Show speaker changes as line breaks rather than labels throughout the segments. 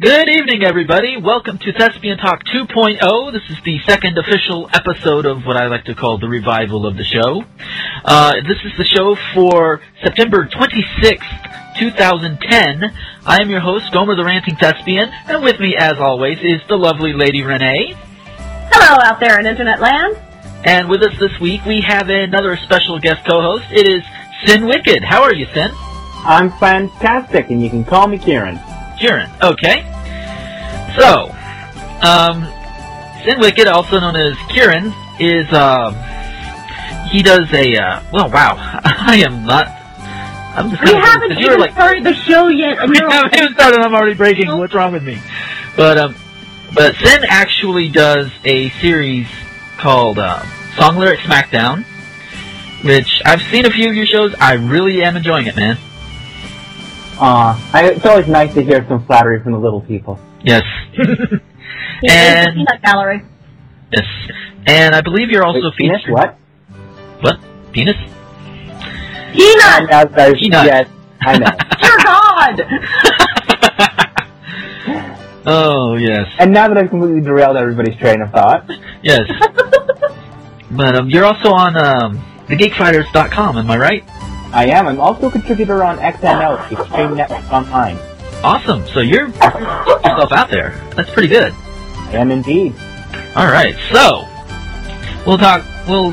Good evening, everybody. Welcome to Thespian Talk 2.0. This is the second official episode of what I like to call the revival of the show. Uh, this is the show for September 26th, 2010. I am your host, Gomer the Ranting Thespian, and with me, as always, is the lovely Lady Renee.
Hello out there in internet land.
And with us this week, we have another special guest co-host. It is Sin Wicked. How are you, Sin?
I'm fantastic, and you can call me Kieran.
Kieran. Okay. So, um, Sin Wicked, also known as Kieran, is, um, he does a, uh, well, wow. I am not, I'm just
We
gonna-
haven't
'cause
even started the show yet. and
we
you're
haven't even started. I'm already breaking. What's wrong with me? But um, but Sin actually does a series called uh, Song Lyric Smackdown, which I've seen a few of your shows. I really am enjoying it, man.
Aw, Uh, I, it's always nice to hear some flattery from the little people.
Yes,
in the
and-
peanut gallery.
yes. And I believe you're also
Wait, penis?
featured.
What?
What? Penis?
I
Peanut,
know, there's-
Peanut.
Yes, I know.
dear God!
oh yes,
and now that I've completely derailed everybody's train of thought,
yes. but um, you're also on um, thegeekfighters.com. Am I right?
I am. I'm also a contributor on XNL, Extreme Network Online.
Awesome. So you're yourself out there. That's pretty good.
I am indeed.
All right, so we'll talk. We'll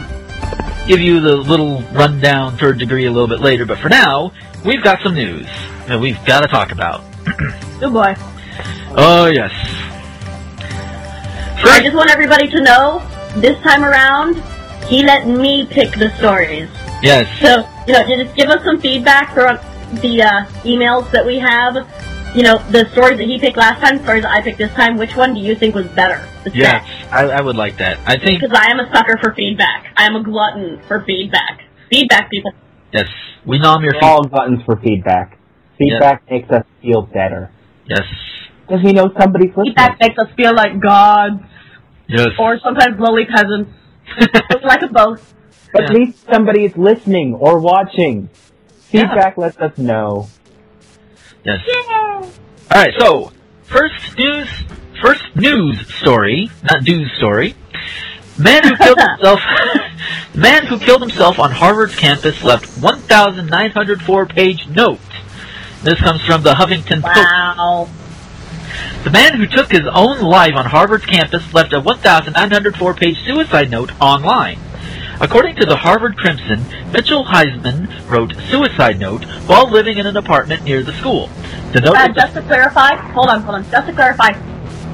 give you the little rundown third degree a little bit later, but for now, we've got some news that we've got to talk about.
Good boy.
Oh yes.
I just want everybody to know, this time around, he let me pick the stories.
yes.
So, you know, just give us some feedback through the uh, emails that we have. You know, the stories that he picked last time, stories that I picked this time, which one do you think was better? The
Yes, I, I would like that. I think
Because I am a sucker for feedback. I am a glutton for feedback. Feedback, people.
yes, we nom your
We're
feet.
all buttons for feedback. Feedback makes us feel better.
Yes,
Because we know somebody's listening.
Feedback makes us feel like gods
yes.
or sometimes lowly peasants. It's like a boat.
At
Yeah.
least somebody is listening or watching. Feedback lets us know.
Yes. All right. So first news, first news story, not news story. Man who killed himself. man who killed himself on Harvard's campus left 1,904-page note. This comes from the Huffington Post.
Wow.
The man who took his own life on Harvard's campus left a 1,904 page suicide note online. According to the Harvard Crimson, Mitchell Heisman wrote suicide note while living in an apartment near the school. The note
Uh,
was
just to clarify, hold on, hold on. Just to clarify,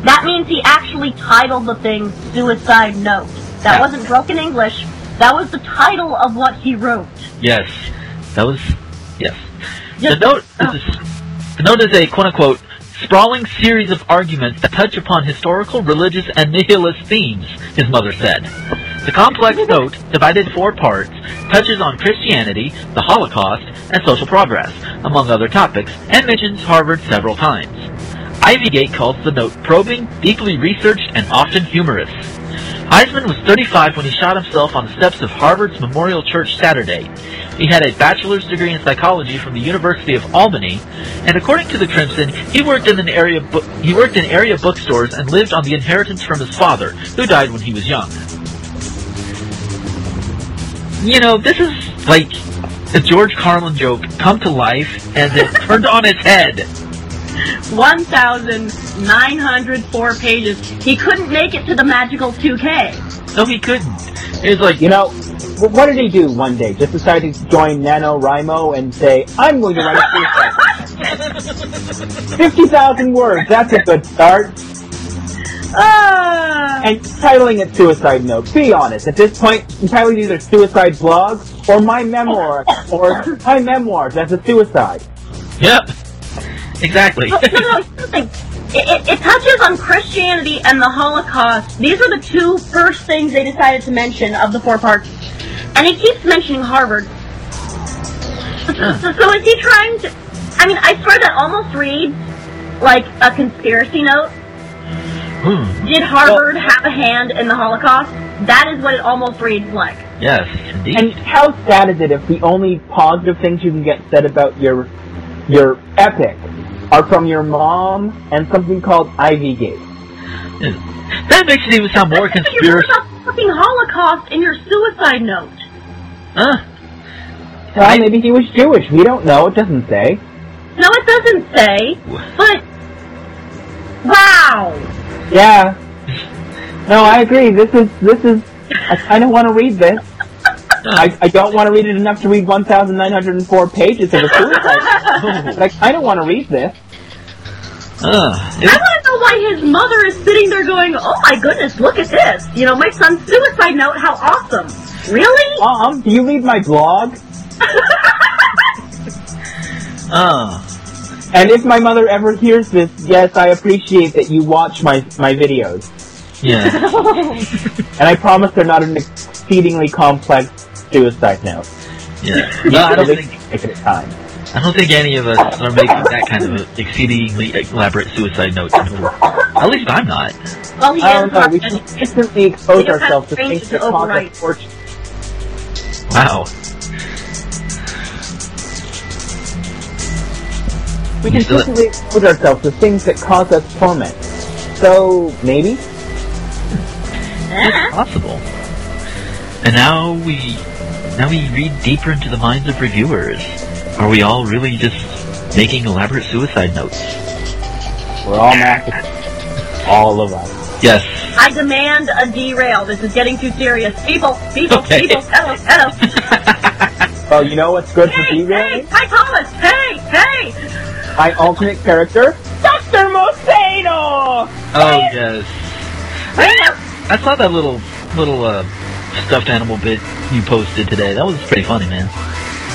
that means he actually titled the thing Suicide Note. That
Yeah.
wasn't broken English. That was the title of what he wrote.
Yes. That was. Yes. The
Just-
note, is a, the note is a quote unquote sprawling series of arguments that touch upon historical, religious, and nihilist themes, his mother said. The complex note, divided in four parts, touches on Christianity, the Holocaust, and social progress, among other topics, and mentions Harvard several times. Ivygate calls the note probing, deeply researched, and often humorous. Heisman was 35 when he shot himself on the steps of Harvard's Memorial Church Saturday. He had a bachelor's degree in psychology from the University of Albany, and according to the Crimson, he worked in an area bo- he worked in area bookstores and lived on the inheritance from his father, who died when he was young. You know, this is like a George Carlin joke come to life and then turned on its head.
1,904 pages. He couldn't make it to the magical 2K.
No, he couldn't. It was like
You know, wh- what did he do one day? Just decide to join NaNoWriMo and say, I'm going to write a suicide. 50,000 words, that's a good start.
Ah!
And titling it Suicide Note. Be honest, at this point, entirely either Suicide Blog or My Memoir, or My Memoirs as a suicide.
Yep. Exactly.
But, no, no, here's the thing. It, it, it touches on Christianity and the Holocaust. These are the two first things they decided to mention of the four parts. And he keeps mentioning Harvard. So, so, so is he trying to? I mean, I swear that almost reads like a conspiracy note.
Hmm.
Did Harvard have a hand in the Holocaust? That is what it almost reads like.
Yes, indeed.
And how sad is it if the only positive things you can get said about your your epic are from your mom and something called Ivy Gate.
That makes it even sound more
You wrote
conspiracy.
about the fucking Holocaust in your suicide note.
Huh?
Well, maybe he was Jewish. We don't know. It doesn't say.
No, it doesn't say. But wow,
Yeah. No, I agree. This is this is. I kind of want to read this. I, I don't want to read it enough to read 1,904 pages of a suicide. but I kind of want to read this.
Uh,
I
it-
want to know why his mother is sitting there going, "Oh my goodness, look at this! You know, my son's suicide note. How awesome! Really?
Mom, do Um, you read my blog?
uh,
And if my mother ever hears this, yes, I appreciate that you watch my my videos.
yeah.
Oh. And I promise they're not an exceedingly complex suicide note.
Yeah. No, I don't
At
think
least take it at time.
I don't think any of us are making that kind of exceedingly elaborate suicide note. At least I'm not.
Well, Oh, he
I don't
is
know.
not
We
any-
consistently expose
You have
ourselves to
brains
things
to
that cause
overwrite.
us fortune.
Wow.
We
You still-
consistently expose ourselves to things that cause us torment. So maybe
Eh?
Possible. And now we now we read deeper into the minds of reviewers. Are we all really just making elaborate suicide notes?
we're all mad. All of us.
Yes.
I demand a derail. This is getting too serious. People, people,
Okay.
people, hello, hello.
Well, you know what's good for
hey, hey,
derail?
hi Thomas. Hey, hey,
My alternate character, Doctor Moseno.
Oh yes.
Hey,
I saw that little little uh, stuffed animal bit you posted today. That was pretty funny, man.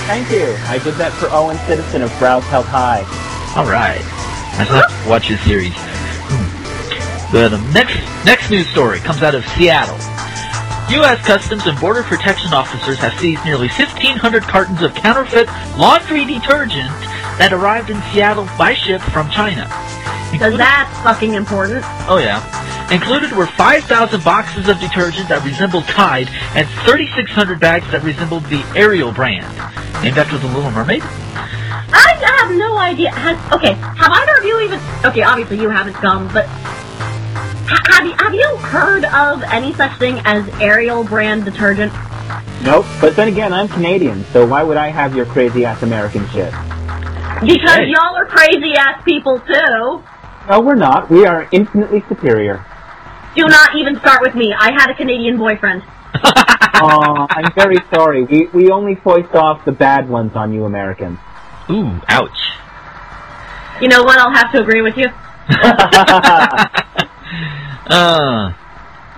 Thank you. I did that for Owen Citizen of Browse Held High.
All right. I still have to watch his series. Hmm. But um, next next news story comes out of Seattle. U.S. Customs and Border Protection officers have seized nearly 1,500 cartons of counterfeit laundry detergent that arrived in Seattle by ship from China.
Because that's fucking important.
Oh yeah. Included were 5,000 boxes of detergent that resembled Tide and 3,600 bags that resembled the Ariel brand, named after the Little Mermaid.
I have no idea. Has, okay, have either of you even? Okay, obviously you haven't come, but ha- have you, have you heard of any such thing as Ariel brand detergent?
Nope. But then again, I'm Canadian, so why would I have your crazy ass American shit?
Because
Hey.
y'all are crazy ass people too.
No, we're not. We are infinitely superior.
Do not even start with me. I had a Canadian boyfriend.
Aw, Oh, I'm very sorry. We we only foist off the bad ones on you Americans.
Ooh, ouch.
You know what? I'll have to agree with you.
Oh
Uh,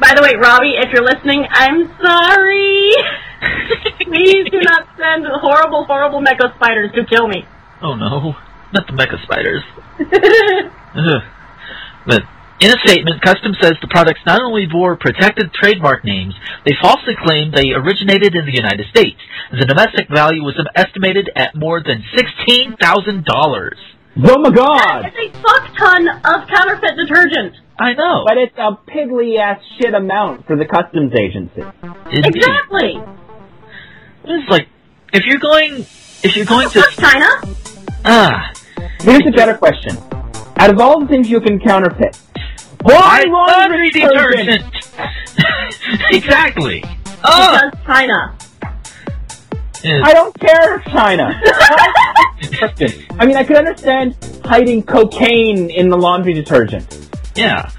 By the way, Robbie, if you're listening, I'm sorry. Please do not send horrible, horrible mecha spiders to kill me.
oh no. Not the mecha spiders. Ugh. But in a statement, Customs says the products not only bore protected trademark names, they falsely claimed they originated in the United States. The domestic value was estimated at more than sixteen thousand dollars.
oh my
That
god!
is a fuck ton of counterfeit detergent.
I know.
But it's a piddly ass shit amount for the customs agency.
Indeed.
Exactly.
It's like if you're going, if you're going to
Fuck China.
ah,
Here's a better question. Out of all the things you can counterfeit, why
buy
laundry detergent?
exactly. Ah,
Because China.
yeah.
I don't care, China. I mean, I could understand hiding cocaine in the laundry detergent.
yeah.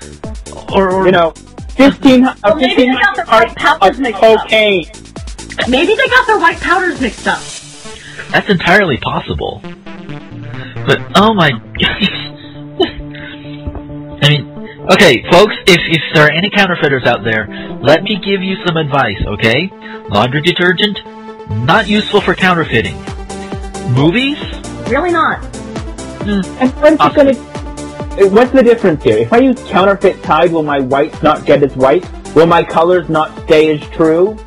Or, or
You know, 15, uh,
Well, maybe they
15
got the right
of
powders mixed up.
cocaine.
Maybe they got their white powders mixed up.
That's entirely possible. But oh my I mean okay, folks, if if there are any counterfeiters out there, let me give you some advice, okay? Laundry detergent, not useful for counterfeiting. Movies?
Really not.
And when's it gonna? Uh, What's the difference here? If I use counterfeit Tide, will my whites not get as white? Will my colors not stay as true?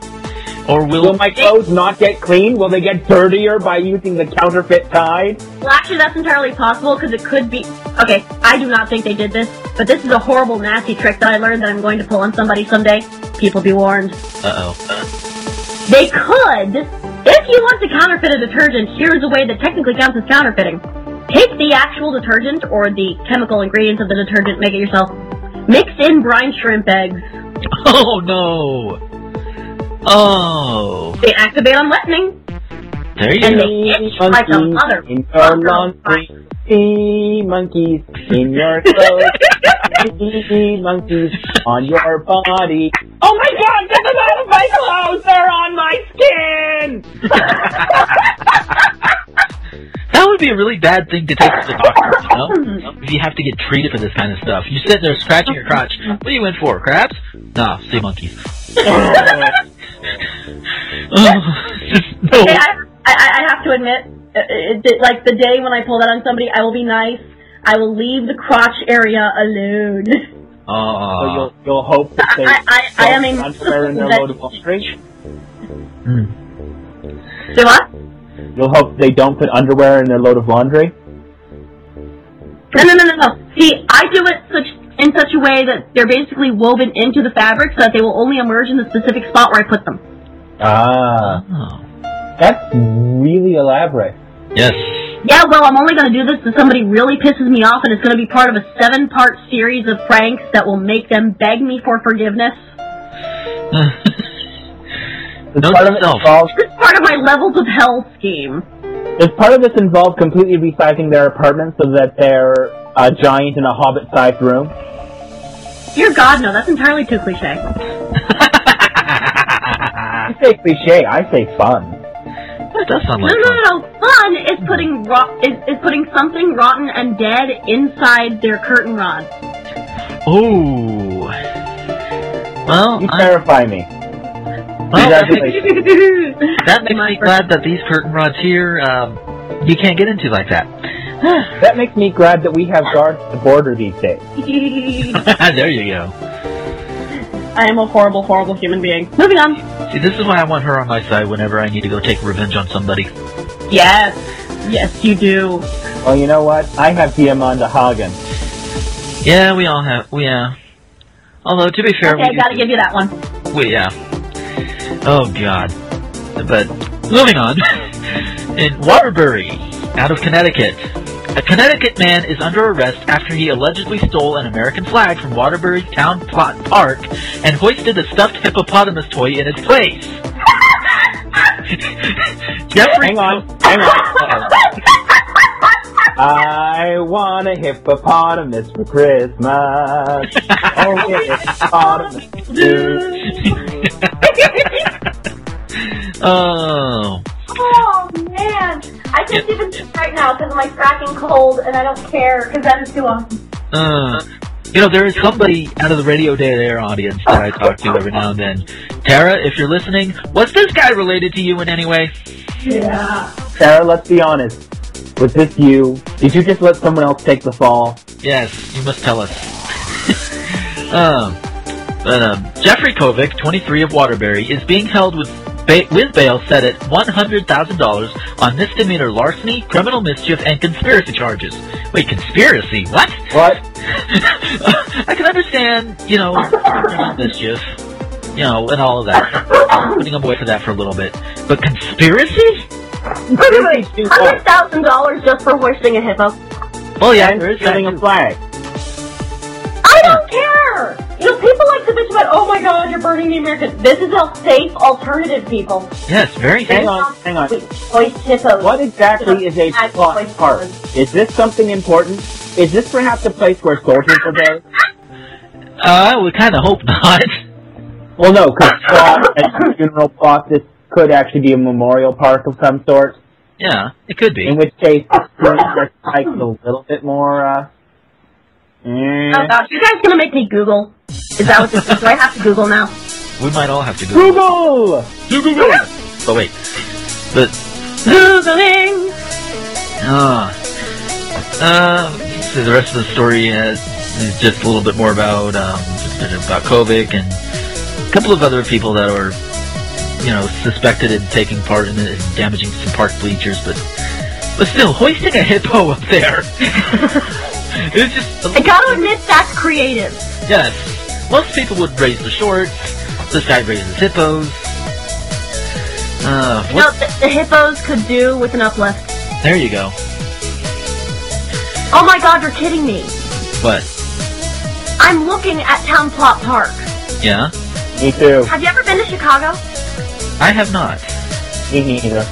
Or
Will
will
my clothes not get clean? Will they get dirtier by using the counterfeit Tide?
Well, actually, that's entirely possible because it could be. Okay, I do not think they did this, but this is a horrible, nasty trick that I learned that I'm going to pull on somebody someday. People be warned.
Uh oh.
They could. If you want to counterfeit a detergent, here's a way that technically counts as counterfeiting. Take the actual detergent or the chemical ingredients of the detergent, make it yourself. Mix in brine shrimp eggs.
Oh no. Oh.
They activate on wettening,
There you
and
go.
they itch like a mother.
in your laundry. See monkeys in your clothes. See monkeys on your body. Oh my god, this is out of my clothes! They're on my skin!
That would be a really bad thing to take to the doctor, you know? If you have to get treated for this kind of stuff. You sit there scratching your crotch. What are you in for, crabs? Nah, sea monkeys. Ugh, just, no.
Hey, I, I, I have to admit, uh, it, it, like the day when I pull that on somebody, I will be nice. I will leave the crotch area alone.
so
Aw.
you'll, you'll hope that they
I, I, I am a
underwear in their load of laundry.
Mm.
Say what?
You'll hope they don't put underwear in their load of laundry.
No, no, no, no, no. See, I do it such in such a way that they're basically woven into the fabric so that they will only emerge in the specific spot where I put them.
Ah,
Oh.
that's really elaborate.
Yes.
Yeah, well, I'm only going to do this if somebody really pisses me off, and it's going to be part of a seven-part series of pranks that will make them beg me for forgiveness.
Does
Note
part, of
to
it
self.
involve,
This is part of my levels of hell scheme.
does part of this involve completely resizing their apartment so that they're a giant in a hobbit-sized room?
Dear God, no, that's entirely too cliche.
that
You say cliche, I say fun.
does sound
No,
like fun.
no, no, no. Fun is putting rot- is, is putting something rotten and dead inside their curtain rod.
Oh. Well,
You
I,
terrify me.
well that,
Congratulations.
makes, that makes me glad that these curtain rods here, um, you can't get into like that.
That makes me glad that we have guards at the border these days.
there you go.
I am a horrible, horrible human being. Moving on.
See, this is why I want her on my side whenever I need to go take revenge on somebody.
Yes, yes, you do.
Well, you know what? I have Diamanda Hagen.
Yeah, we all have. we Yeah. Although to be fair,
Okay, I
we,
gotta give you that one.
we yeah. Oh God. But moving on. In Waterbury, out of Connecticut, a Connecticut man is under arrest after he allegedly stole an American flag from Waterbury Town Plot Park and hoisted a stuffed hippopotamus toy in its place. Jeffrey,
Hang on, hang on. I want a hippopotamus for Christmas. Oh, yeah, hippopotamus. Dude.
oh,
Oh man, I can't even speak right now because of my cracking cold, and I don't care because that is too awesome.
Uh, you know, there is somebody out of the Radio Day Air audience that I talk to every now and then. Tara, if you're listening, was this guy related to you in any way?
Yeah.
Sarah, let's be honest. Was this you? Did you just let someone else take the fall?
Yes, you must tell us. um, but, um, Jeffrey Kovic, 23 of Waterbury, is being held with ba- with bail set at $100,000 on misdemeanor larceny, criminal mischief, and conspiracy charges. Wait, conspiracy? What?
What?
I can understand, you know, mischief, you know, and all of that. Putting him away for that for a little bit. But conspiracy?
Hundred thousand dollars just for hoisting a hippo.
Well, yeah,
And
there is that.
stealing a flag.
I don't care. You know, people like to bitch about, oh my god, you're burning the American. This is a safe alternative, people.
Yes, very
Hang
good.
on, hang on.
We hoist hippos.
What exactly is a plot park? Is this something important? Is this perhaps a place where soldiers were buried?
Uh, we kind of hope not.
Well, no, because plot and funeral plot, this could actually be a memorial park of some sort.
yeah, it could be.
In which case, it's like a little bit more. Uh, eh.
Oh gosh, you guys gonna make me Google? Is that what this is? Do I have to Google now?
We might all have to go.
Google.
But wait. But,
Googling.
uh, uh, so the rest of the story uh, is just a little bit more about, um, about Kovic and a couple of other people that were, you know, suspected in taking part in it and damaging some park bleachers, but, but still, hoisting a hippo up there. it's just,
I gotta admit, that's creative.
Yes. Most people would raise the shorts. This guy raises hippos. Uh,
No,
what?
the, the hippos could do with an uplift.
There you go.
Oh my god, you're kidding me.
What?
I'm looking at Town Plot Park.
Yeah?
Me too.
Have you ever been to Chicago?
I have not.
Me neither.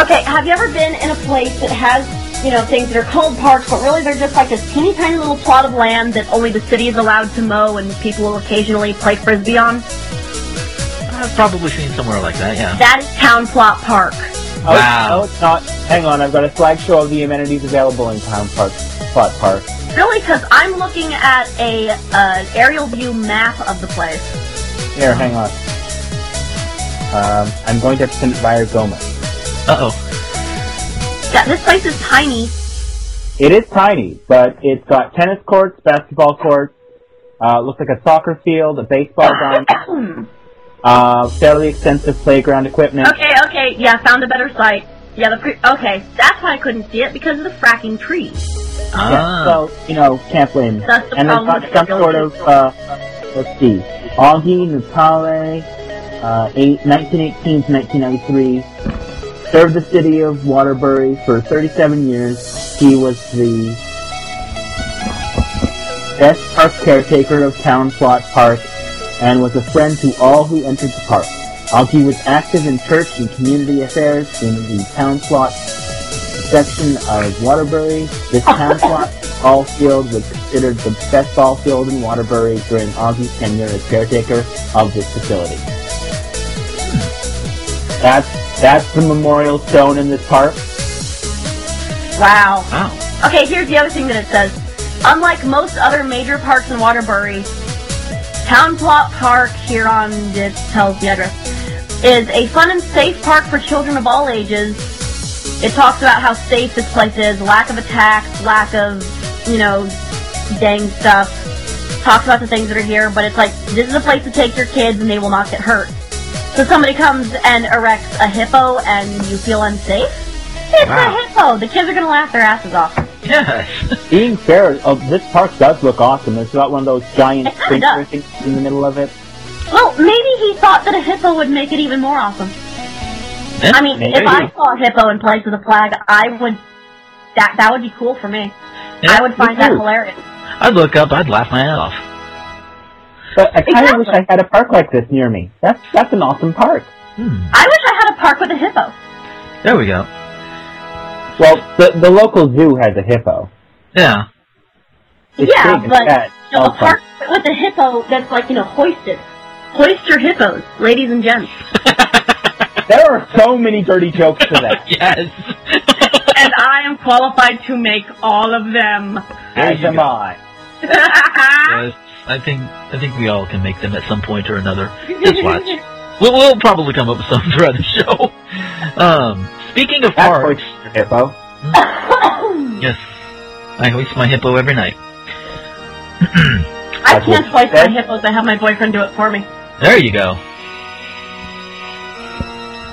Okay, have you ever been in a place that has, you know, things that are called parks, but really they're just like this teeny tiny little plot of land that only the city is allowed to mow and people will occasionally play frisbee on?
I've probably seen somewhere like that, yeah.
That is Town Plot Park.
Oh,
Wow.
No, it's not. Hang on, I've got a slideshow of the amenities available in Town Park, Plot Park.
Really, because I'm looking at a uh, aerial view map of the place.
Here, hang on. Um, I'm going to have to send it via Goma.
Uh oh.
Yeah, this place is tiny.
It is tiny, but it's got tennis courts, basketball courts, uh, looks like a soccer field, a baseball diamond,
okay,
uh, fairly extensive playground equipment.
okay, yeah, found a better site. Yeah, the pre- okay, that's why I couldn't see it because of the fracking trees.
Yeah,
Ah.
so, you know, can't blame. them.
That's the
and they've
problem
got
with
some
the
sort of, uh, let's see, Augie, Natale, uh, eight, 1918 to 1993, served the city of Waterbury for 37 years. He was the best park caretaker of Town Plot Park and was a friend to all who entered the park. Augie was active in church and community affairs in the Town Plot section of Waterbury. This
Oh.
town plot ball field was considered the best ball field in Waterbury during Augie's tenure as caretaker of this facility. That's that's the memorial stone in this park.
Wow.
Wow.
Okay, here's the other thing that it says. Unlike most other major parks in Waterbury, Town Plot Park here on it tells the address is a fun and safe park for children of all ages. It talks about how safe this place is, lack of attacks, lack of you know dang stuff. Talks about the things that are here, but it's like this is a place to take your kids and they will not get hurt. So somebody comes and erects a hippo and you feel unsafe. It's
Wow.
a hippo. The kids are gonna laugh their asses off.
Yes.
Being fair, oh, this park does look awesome. It's got one of those giant
It kinda
sprinkler
does.
things in the middle of it.
Well, maybe he thought that a hippo would make it even more awesome. I mean,
Maybe.
if I saw a hippo in place of the flag, I would. That that would be cool for me. I would find that
too.
hilarious.
I'd look up, I'd laugh my ass off.
But I kind of
Exactly.
wish I had a park like this near me. That's that's an awesome park.
Hmm.
I wish I had a park with a hippo.
There we go.
Well, the the local zoo has a hippo.
Yeah.
It's
yeah,
big,
but
it's
you know, a
awesome.
park with a hippo that's like you know hoisted. Hoist your hippos, ladies and gents.
There are so many dirty jokes to that.
yes.
and I am qualified to make all of them.
There you
As am
go.
I.
yes. I think I think we all can make them at some point or another. Just watch. We'll, we'll probably come up with some throughout the show. Um, speaking of
That's
parks,
quite hippo.
yes, I hoist my hippo every night.
I can't
That's what
hoist
she said.
my hippos. I have my boyfriend do it for me.
There you go.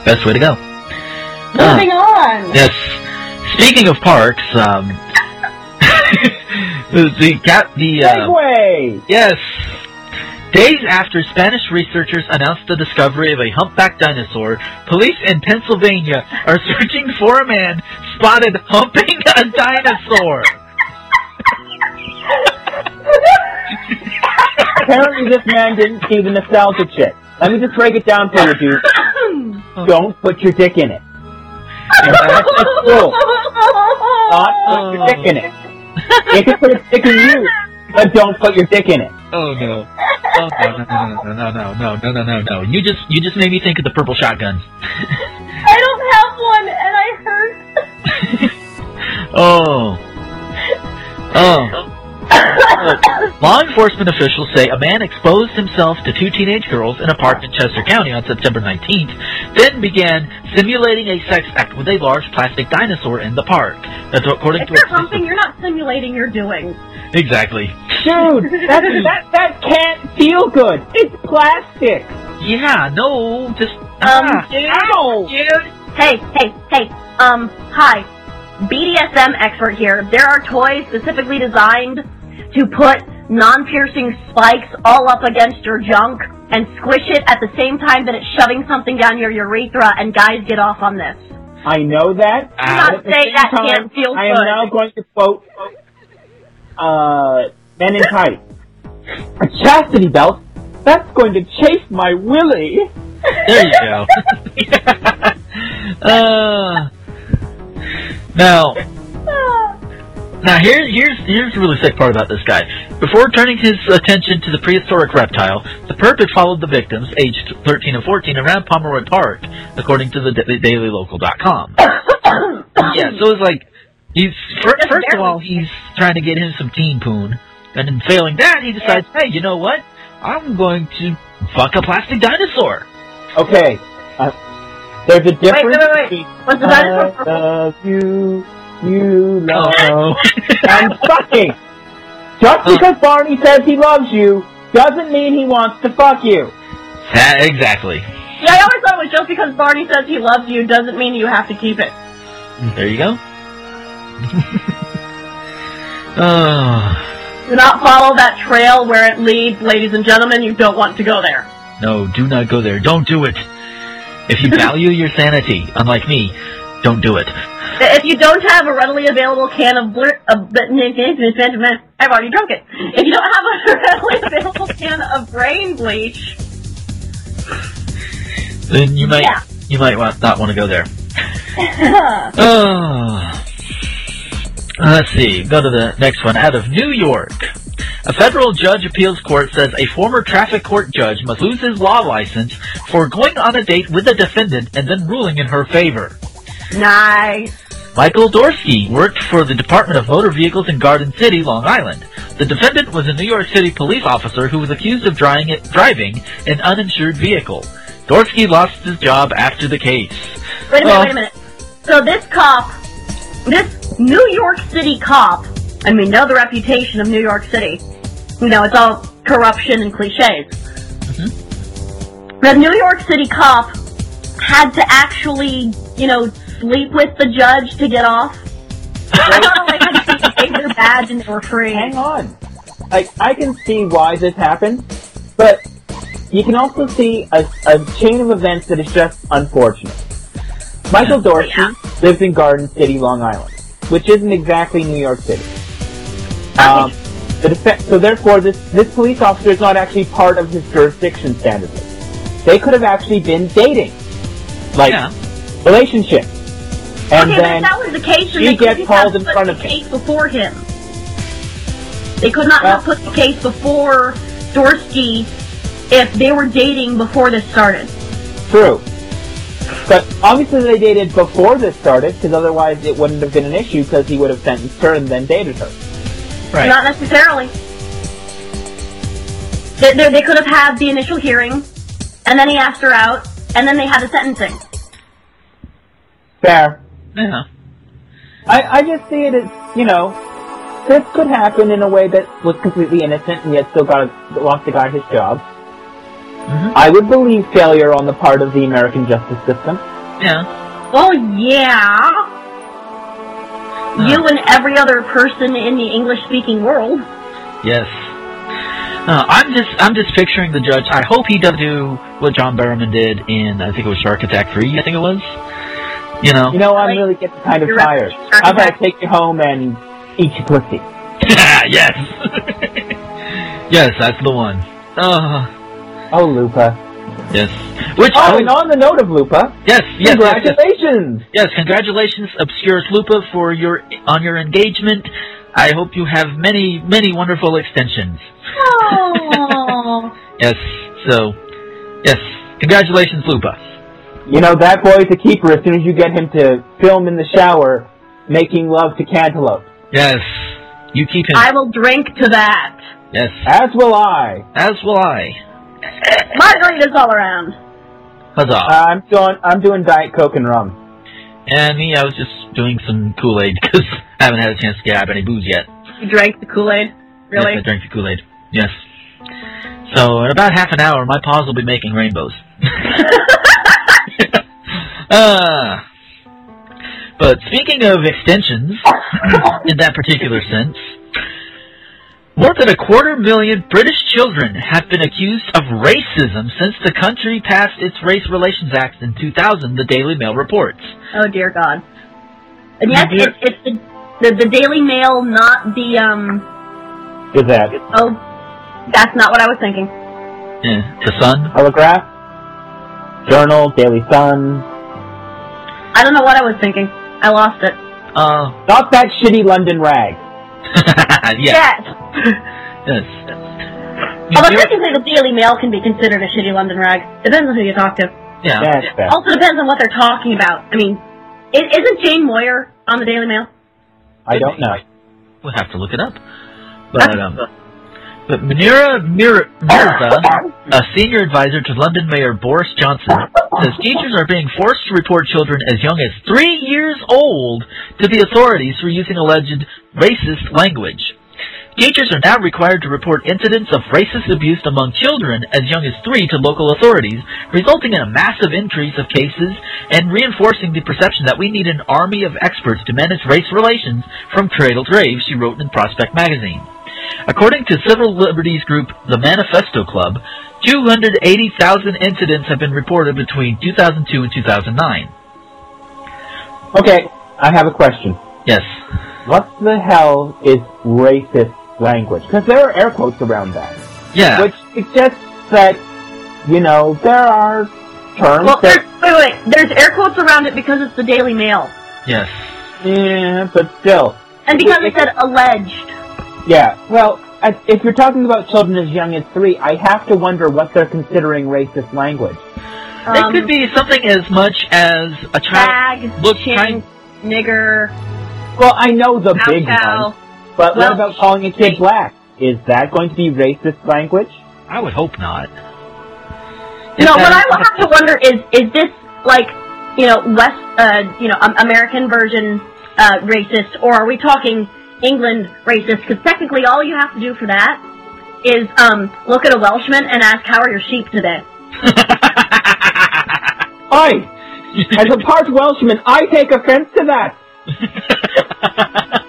Best way to go.
Moving on.
Yes. Speaking of parks, um, the cat, the uh,
Segway!
Yes. Days after Spanish researchers announced the discovery of a humpback dinosaur, police in Pennsylvania are searching for a man spotted humping a dinosaur.
Apparently this man didn't see the nostalgia chip. Let me just break it down for you, dude. Don't put your dick in it. That's the rule. Not put your dick in it. You can put a dick in you, but don't put your dick in it.
Oh no. Oh no no no no no no no no no no. You just you just made me think of the purple shotgun.
I don't have one, and I hurt.
Oh. Oh. Law enforcement officials say a man exposed himself to two teenage girls in a park in Chester County on September 19th, then began simulating a sex act with a large plastic dinosaur in the park. That's according
If
to
you're
a police-
humping, you're not simulating, you're doing.
Exactly.
Dude, that, that, that can't feel good. It's plastic.
Yeah, no, just
Um,
ah,
Ow!
Hey, hey, hey. Um, hi. BDSM expert here. There are toys specifically designed to put non-piercing spikes all up against your junk and squish it at the same time that it's shoving something down your urethra, and guys get off on this.
I know that.
not
But at the
saying
same
that
time,
can't feel
I am
good.
now going to quote uh, Men in Tights. A chastity belt? That's going to chafe my willy.
There you go. uh, now, now here, here's here's the really sick part about this guy. Before turning his attention to the prehistoric reptile, the perpet followed the victims, aged 13 and 14, around Pomeroy Park, according to the da- DailyLocal.com. yeah, so it's like he's fir-
Just
first of
barely.
all he's trying to get him some teen poon, and in failing that, he decides, hey, you know what? I'm going to fuck a plastic dinosaur.
Okay. Uh, there's a difference
wait, wait.
between
Was the
I
dinosaur purple?
love you, you love
Oh.
and fucking. Just because Barney says he loves you doesn't mean he wants to fuck you.
That- exactly.
Yeah, I always thought it was just because Barney says he loves you doesn't mean you have to keep it.
There you go. oh,
Do not follow that trail where it leads, ladies and gentlemen. You don't want to go there.
no, do not go there. Don't do it. If you value your sanity, unlike me, don't do it.
If you don't have a readily available can of blur, of, I've already drunk it. If you don't have a readily available can of brain bleach,
Then you might
Yeah.
you might wa- not want to go there. Oh. Let's see. Go to the next one. Out of New York. A federal judge appeals court says a former traffic court judge must lose his law license for going on a date with the defendant and then ruling in her favor.
nice.
Michael Dorsky worked for the Department of Motor Vehicles in Garden City, Long Island. The defendant was a New York City police officer who was accused of driving, driving an uninsured vehicle. Dorsky lost his job after the case.
Wait a minute,
Well-
wait a minute. So this cop, this New York City cop, and we know the reputation of New York City. You know, it's all corruption and cliches. The New York City cop had to actually, you know, sleep with the judge to get off. I don't know, like, had to take their badge and they were free.
Hang on. Like, I can see why this happened, but you can also see a, a chain of events that is just unfortunate. Michael Dorsey
Yeah.
lives in Garden City, Long Island, which isn't exactly New York City. Um, the defe- so therefore, this, this police officer is not actually part of his jurisdiction standardly. They could have actually been dating. Like,
Yeah.
relationship. And
okay, but if
then,
that was the case, then
she
they
gets
could
hauled
have
in
put
front
the
of him.
case before him. They could not have
Well-
put the case before Dorsky if they were dating before this started.
True. But obviously they dated before this started, because otherwise it wouldn't have been an issue, because he would have sentenced her and then dated her.
Not necessarily. They, they, they could have had the initial hearing, and then he asked her out, and then they had a sentencing.
Fair.
Yeah.
I, I just see it as, you know, this could happen in a way that was completely innocent and yet still got lost the guy his job.
Mm-hmm.
I would believe failure on the part of the American justice system.
Yeah.
Oh yeah. You and every other person in the English-speaking world.
Yes. Uh, I'm just I'm just picturing the judge. I hope he doesn't do what John Barrowman did in I think it was Shark Attack Three. I think it was. You know.
You know, I'm
Like,
really getting kind of
you're
tired.
right.
I'm gonna take you home and eat your pussy.
yes. yes, that's the one. Uh,
Oh, Lupa.
yes. Which
Oh,
oh,
and on the note of Lupa,
yes, yes, yes, yes.
congratulations!
Yes, congratulations, Obscurus Lupa, for your on your engagement. I hope you have many, many wonderful extensions.
Oh.
Yes, so yes, congratulations, Lupa.
You know, that boy's a keeper as soon as you get him to film in the shower making love to cantaloupe.
Yes, you keep him.
I will drink to that.
yes,
As will I.
as will I.
Margaritas all around.
Uh,
Huzzah!
I'm doing I'm doing Diet Coke and rum.
and me, I was just doing some Kool Aid because I haven't had a chance to grab any booze yet.
You drank the Kool-Aid? Really?
Yes, I drank the Kool Aid. Yes. So in about half an hour, my paws will be making rainbows. uh, but speaking of extensions, in that particular sense, More than a quarter million British children have been accused of racism since the country passed its Race Relations Act in 2000, the Daily Mail reports.
Oh dear God. And yes,
Dear-
it's, it's the, the the Daily Mail, not the um.
Is that
Oh, that's not what I was thinking.
Eh, the Sun?
Telegraph, Journal, Daily Sun?
I don't know what I was thinking. I lost it.
Uh,
Not that shitty London rag.
yes,
Yes.
yes.
Although technically the Daily Mail can be considered a shitty London rag. Depends on who you talk to.
yeah.
That's bad.
Also depends on what they're talking about. I mean, is isn't Jane Moyer on the Daily Mail?
I don't know.
We'll have to look it up. But, um, but Munira Mir- Mirza, a senior advisor to London Mayor Boris Johnson, says teachers are being forced to report children as young as three years old to the authorities for using alleged racist language. Teachers are now required to report incidents of racist abuse among children as young as three to local authorities, resulting in a massive increase of cases and reinforcing the perception that we need an army of experts to manage race relations from cradle to grave, she wrote in Prospect magazine. According to civil liberties group The Manifesto Club, 280,000 incidents have been reported between 2002 and 2009.
Okay, I have a question.
Yes.
What the hell is racist language? Because there are air quotes around that.
Yeah.
Which suggests that, you know, there are terms
Well, there's,
that,
wait, wait, there's air quotes around it because it's the Daily Mail,
Yes.
yeah, but still.
and because it said alleged.
Yeah, well, I- if you're talking about children as young as three, I have to wonder what they're considering racist language.
um,
it could be something as much as a child.
bag,
Look,
chin,
trying-
nigger,
Well, I know the
cow,
big
cow.
one, but
Well,
what about calling a kid
wait.
black? Is that going to be racist language?
I would hope not. If
No, what I
that-
will have to wonder is, is this like, you know, West, uh, you know, um, American version uh, racist, or are we talking England racist? Because technically, all you have to do for that is um, look at a Welshman and ask, "How are your sheep today?"
I, as a part Welshman, I take offense to that.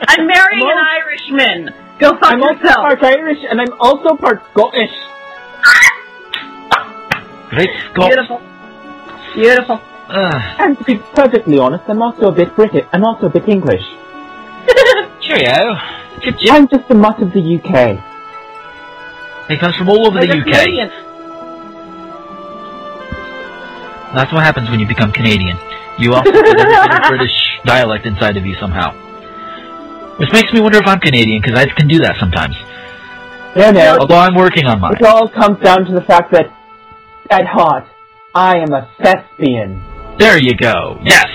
I'm marrying an
Most-
Irishman. Go fuck
I'm also
yourself.
part Irish, and I'm also part Scottish.
Great Scott.
Beautiful, beautiful.
Uh,
And to be perfectly honest, I'm also a bit British. I'm also a bit English.
cheerio. Chip chip.
I'm just a mutt of the UK.
It comes from all over the
They're
UK.
Canadian.
That's what happens when you become Canadian. You also get every bit of British dialect inside of you somehow. Which makes me wonder if I'm Canadian, because I can do that sometimes.
No, no.
Although I'm working on mine.
It all comes down to the fact that, at heart, I am a thespian.
There you go. Yes!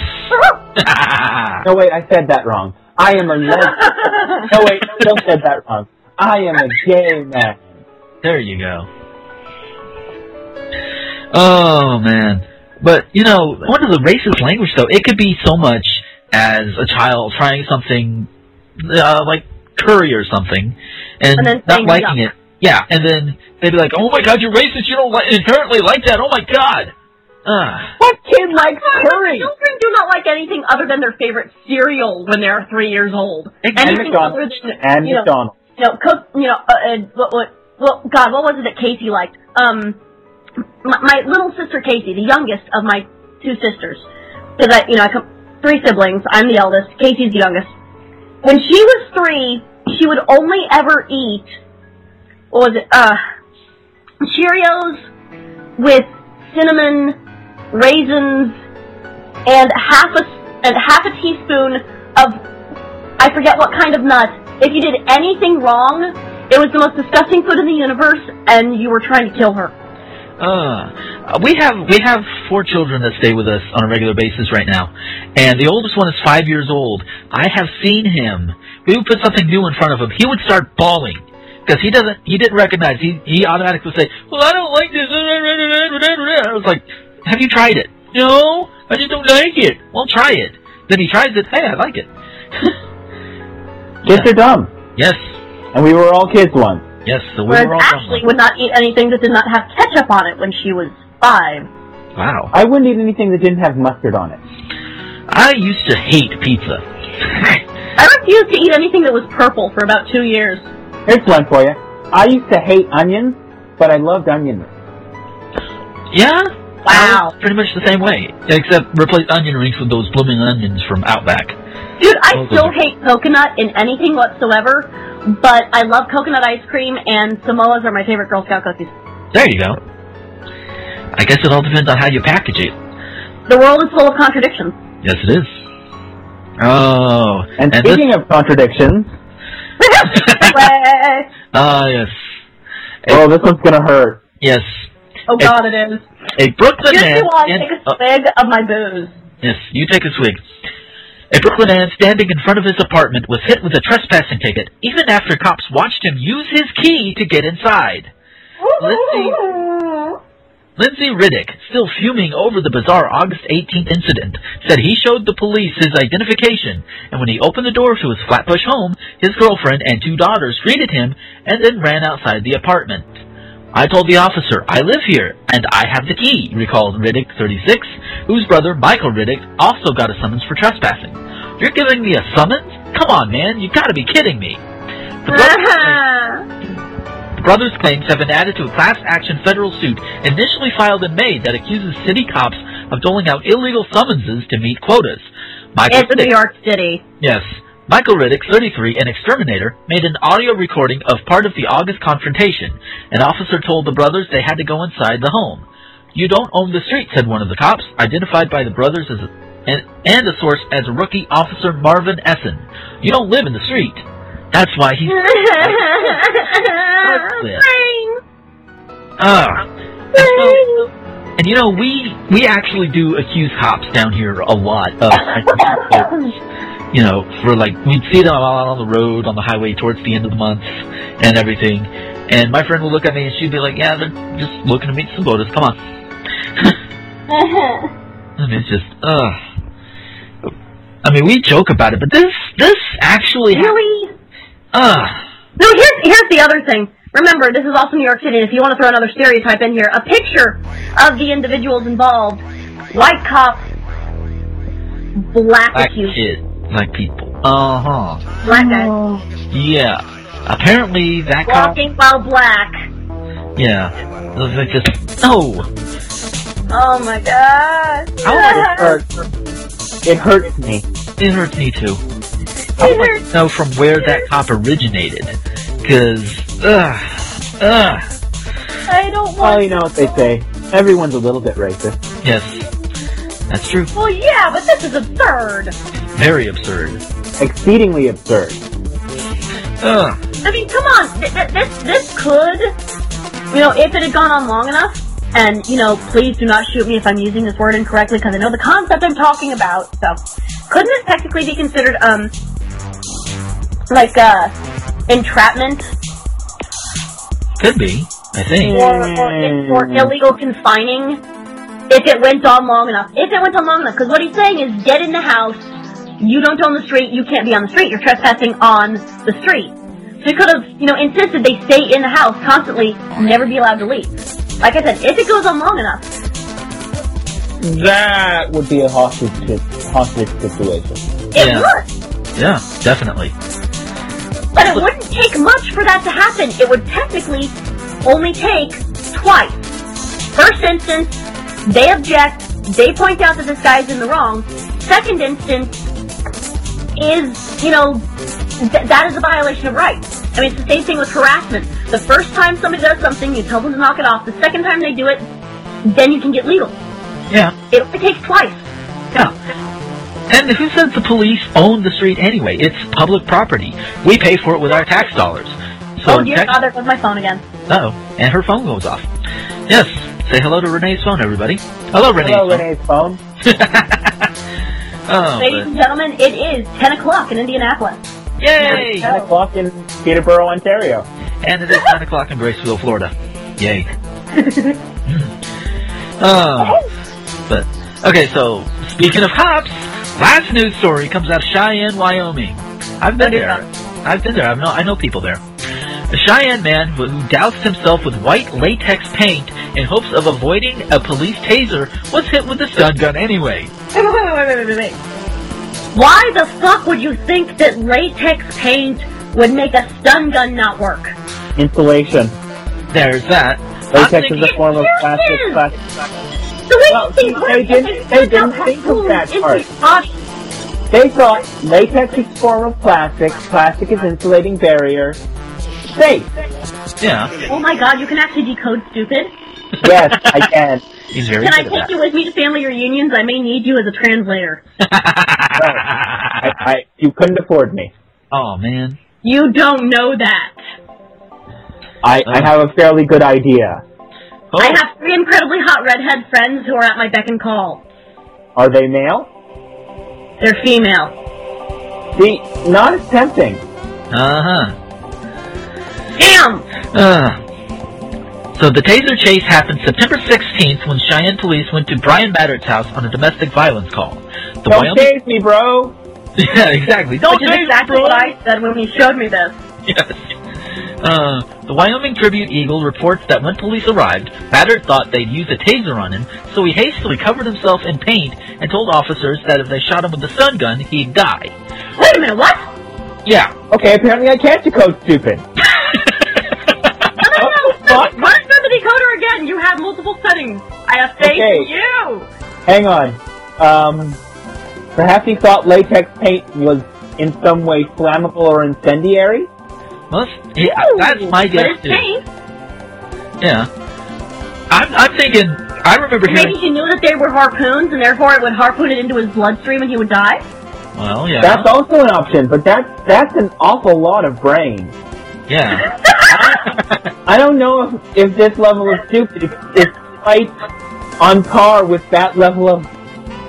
No, wait, I said that wrong. I am a lesbian. no, wait, I still said that wrong. I am a gay man.
there you go. Oh, man. But, you know, one of the racist language, though, it could be so much as a child trying something, uh, like curry or something, and,
And then
not
saying
liking it. Yeah, and then they'd be like, oh my god, you're racist, you don't li- inherently like that, oh my god! Ah,
What kid likes curry?
Children do not like anything other than their favorite cereal when they're three years old.
Exactly.
Anything other than
And
you know,
McDonald's.
you know, cook, you know, uh, uh, what, what, well, God, what was it that Casey liked? Um, my, my little sister Casey, the youngest of my two sisters, because I, you know, I come three siblings. I'm the eldest. Casey's the youngest. When she was three, she would only ever eat what was it? Uh, Cheerios with cinnamon, raisins, and half a and half a teaspoon of I forget what kind of nut. If you did anything wrong, it was the most disgusting food in the universe, and you were trying to kill her.
Uh, we have we have four children that stay with us on a regular basis right now, and the oldest one is five years old. I have seen him. We would put something new in front of him. He would start bawling because he doesn't he didn't recognize. He he automatically would say, "Well, I don't like this." I was like, "Have you tried it?" No, I just don't like it. Well, try it. Then he tries it. Hey, I like it.
Kids are dumb.
Yes,
And we were all kids once.
yes. So we
Whereas
were all done
Ashley would not eat anything that did not have ketchup on it when she was five.
with- Wow.
I wouldn't eat anything that didn't have mustard on it.
I used to hate pizza.
I refused to eat anything that was purple for about two years.
Here's one for you. I used to hate onions, but I loved onion rings.
Yeah.
Wow.
I was Pretty much the same way, except replace onion rings with those blooming onions from Outback.
Dude, I
Oh,
still
good.
hate coconut in anything whatsoever, but I love coconut ice cream, and Samoas are my favorite Girl Scout cookies.
There you go. I guess it all depends on how you package it.
The world is full of contradictions.
Yes, it is. Oh,
And,
and
speaking of contradictions,
Way.
ah, yes,
oh, this one's gonna hurt.
yes.
Oh god, it is.
A Brooklyn
Here's
man.
you want to
and-
take a
oh,
swig of my booze.
yes, you take a swig. A Brooklyn man standing in front of his apartment was hit with a trespassing ticket, even after cops watched him use his key to get inside. Let's see. Lindsay Riddick, still fuming over the bizarre August 18th incident, said he showed the police his identification, and when he opened the door to his Flatbush home, his girlfriend and two daughters greeted him and then ran outside the apartment. I told the officer, I live here, and I have the key, recalled Riddick 36, whose brother, Michael Riddick, also got a summons for trespassing. You're giving me a summons? Come on, man, you gotta be kidding me. The
Uh-huh.
brother- the brothers' claims have been added to a class action federal suit initially filed in May that accuses city cops of doling out illegal summonses to meet quotas. Michael
it's New
Riddick,
York City.
yes, Michael Riddick, 33, an exterminator, made an audio recording of part of the August confrontation. An officer told the brothers they had to go inside the home. You don't own the street, said one of the cops, identified by the brothers as and, and a source as rookie officer Marvin Essen. You don't live in the street. That's why he's Ah. And, so- and you know, we we actually do accuse cops down here a lot of, you know, for like we'd see them all on the road on the highway towards the end of the month and everything. And my friend would look at me and she'd be like, "Yeah, they're just looking to meet some quotas. Come on." I mean, it's just, ugh. I mean, we joke about it, but this this actually, hap-
really?
ugh.
No, here's here's the other thing. Remember, this is also New York City, and if you want to throw another stereotype in here, a picture of the individuals involved, white cop, black
Black
accused,
kid, black people. Uh huh.
black
Mm.
guy,
Yeah. Apparently that cop.
walking while black.
Yeah. It was like just no.
Oh my god.
How would
It hurts. It hurts me.
It hurts me too. I would like to know from where that cop originated, because ugh, ugh.
I don't
Well,
want.
Oh, you know what they say. Everyone's a little bit racist.
Yes, that's true.
Well, yeah, but this is absurd.
Very absurd.
Exceedingly absurd.
Ugh.
I mean, come on. Th- th- this this could, you know, if it had gone on long enough. And you know, please do not shoot me if I'm using this word incorrectly because I know the concept I'm talking about. So, couldn't this technically be considered um like uh entrapment
Could be. I think.
or or, or illegal confining if it went on long enough? If it went on long enough, because what he's saying is get in the house. You don't own the street. You can't be on the street. You're trespassing on the street. So he could have, you know, insisted they stay in the house constantly, never be allowed to leave. Like I said, if it goes on long enough,
That would be a hostage hostage situation.
it
Yeah.
would.
Yeah, definitely.
But it wouldn't take much for that to happen. It would technically only take twice. First instance, they object. They point out that this guy's in the wrong. Second instance is, you know, th- that is a violation of rights. I mean, it's the same thing with harassment. The first time somebody does something, you tell them to knock it off. The second time they do it, then you can get legal.
Yeah,
It only takes twice.
yeah. And who says the police own the street anyway? It's public property. We pay for it with our tax dollars. So
oh dear
tech-
God, there goes my phone again.
Oh, and her phone goes off. Yes. Say hello to Renee's phone, everybody. Hello, Renee's
Hello,
phone.
Renee's phone.
Oh,
Ladies and gentlemen, it is 10 o'clock in Indianapolis.
but- yay!
Ten o'clock in Peterborough, Ontario.
And it is 9 o'clock in Graceville, Florida. Yay. oh, but, okay, so, speaking of cops, last news story comes out of Cheyenne, Wyoming. I've been there. I've been there. I've know, I know people there. A Cheyenne man who doused himself with white latex paint in hopes of avoiding a police taser was hit with a stun gun anyway.
Wait, wait, wait, wait, wait, wait, wait. Why the fuck would you think that latex paint would make a stun gun not work.
Insulation.
There's that.
Latex
I'm
is a form of
Yes,
plastic.
it is!
plastic.
The way
Well,
you think
they didn't- they didn't think of that part. They thought latex is form of plastic. Plastic is insulating barrier. Safe.
Yeah,
Oh my god, you can actually decode stupid.
Yes, I can.
he's very
Can I
good
take
at
you with me to family reunions? I may need you as a translator.
I,
that.
I, you couldn't afford me.
oh man.
You don't know that.
I, I have a fairly good idea.
Oh,
I have three incredibly hot redhead friends who are at my beck and call.
Are they male?
They're female.
See, not as tempting.
uh-huh.
Damn!
Uh. So the taser chase happened September 16th when Cheyenne police went to Brian Battert's house on a domestic violence call. The
Don't
Wyoming...
chase me, bro.
yeah, exactly. Don't
Which is
chase,
exactly
bro.
what I said when he showed me this.
Yes. Uh, the Wyoming Tribune Eagle reports that when police arrived, Battert thought they'd use a taser on him, so he hastily covered himself in paint and told officers that if they shot him with a stun gun, he'd die.
Wait a minute, what?
Yeah.
Okay, apparently I can't decode stupid.
No, no,
Oh, What the
no,
fuck?
no. Run through the decoder again. You have multiple settings. I have faith in
Okay.
you.
Hang on. Um, perhaps he thought latex paint was in some way flammable or incendiary?
Well, that's, yeah, that's my
But
guess
it's
too.
paint.
Yeah. I'm, I'm thinking. I remember
Maybe
hearing.
he knew that they were harpoons, and therefore it would harpoon it into his bloodstream, and he would die.
Well, yeah.
That's also an option, but that's, that's an awful lot of brain.
yeah.
I don't know if, if this level of stupid is, is quite on par with that level of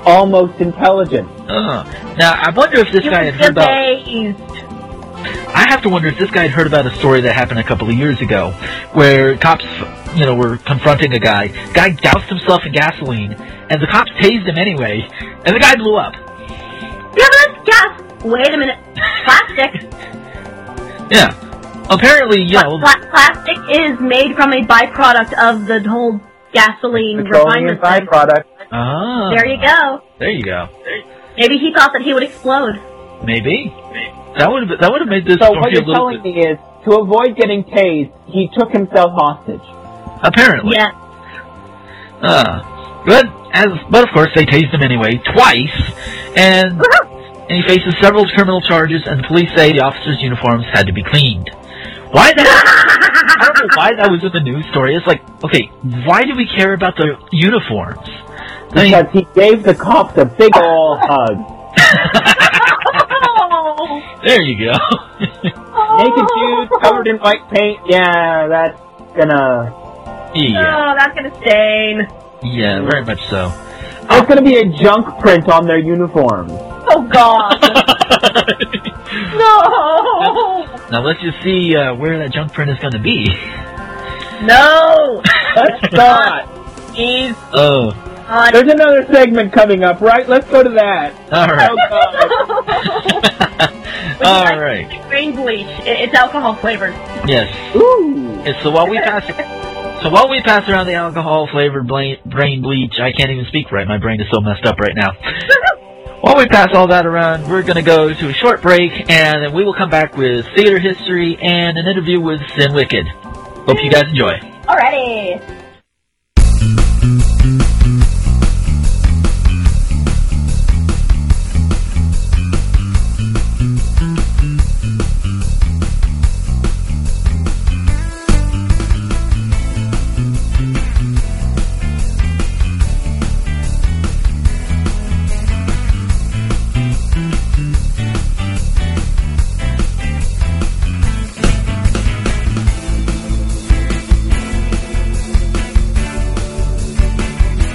almost intelligence.
Uh, now I wonder if this
You
guy had
would
heard about.
debase.
I have to wonder if this guy had heard about a story that happened a couple of years ago, where cops, you know, were confronting a guy. Guy doused himself in gasoline, and the cops tased him anyway, and the guy blew up.
Yeah, but that's gas. Wait a minute. Plastic.
Yeah. Apparently, you know,
Pla- plastic is made from a byproduct of the whole gasoline
Petroleum
refinement. thing.
byproduct.
ah,
There you go.
There you go.
Maybe he thought that he would explode.
Maybe that would have that would have made this
So
story
what
a
you're
little
telling
bit.
me is, to avoid getting tased, he took himself hostage.
Apparently,
Yeah.
Uh, but as but of course they tased him anyway twice, and and he faces several criminal charges. And police say the officers' uniforms had to be cleaned. Why that? I don't know why that was in the news story. It's like, okay, why do we care about the uniforms? I mean,
Because he gave the cops a big ol' hug.
oh,
there you go.
Naked dude covered in white paint. Yeah, that's gonna.
yeah,
Oh, that's gonna stain.
yeah, very much so.
There's gonna be a junk print on their uniforms.
Oh God. no.
now let's just see uh, where that junk print is going to be.
No.
Let's not.
Jeez.
Oh,
God.
There's another segment coming up, right? Let's go to that.
all right,
Oh god.
all right,
Grain bleach. It, it's alcohol flavored.
yes.
Ooh.
And so while we pass, so while we pass around the alcohol flavored brain, brain bleach, I can't even speak right. My brain is so messed up right now. While we pass all that around, we're gonna go to a short break, and then we will come back with theater history and an interview with Sin Wicked. Hope you guys enjoy.
Alrighty.
Thank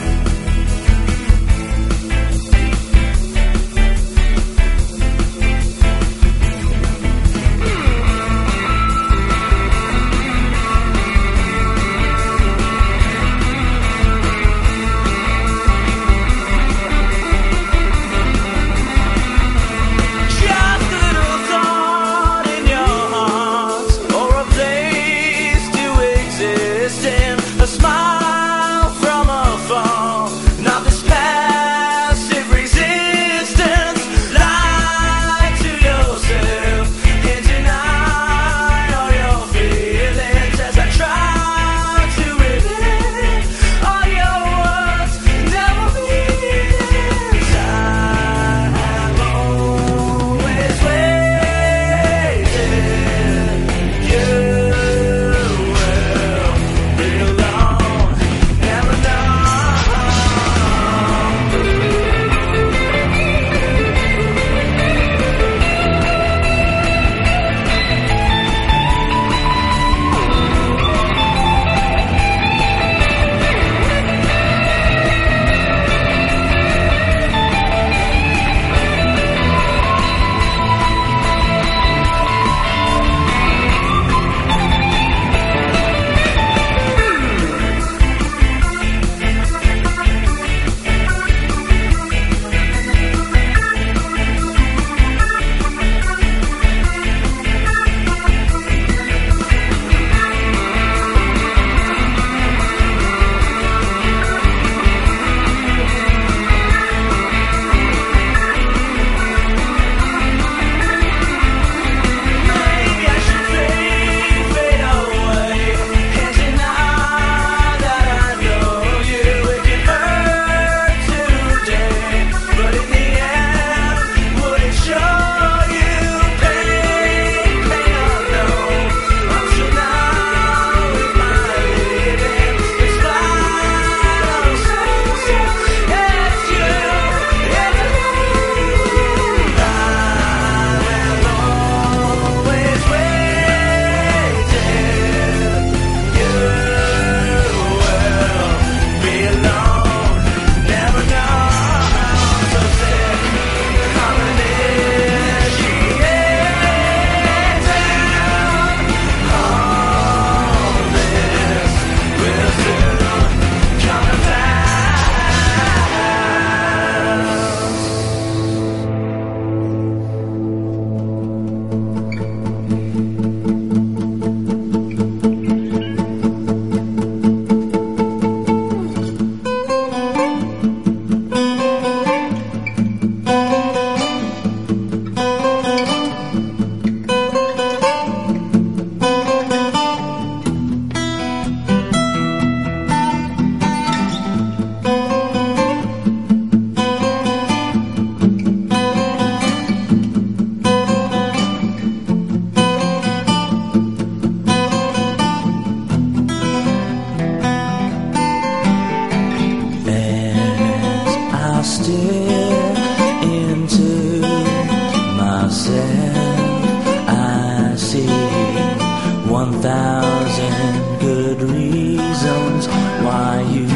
1,000 good reasons why you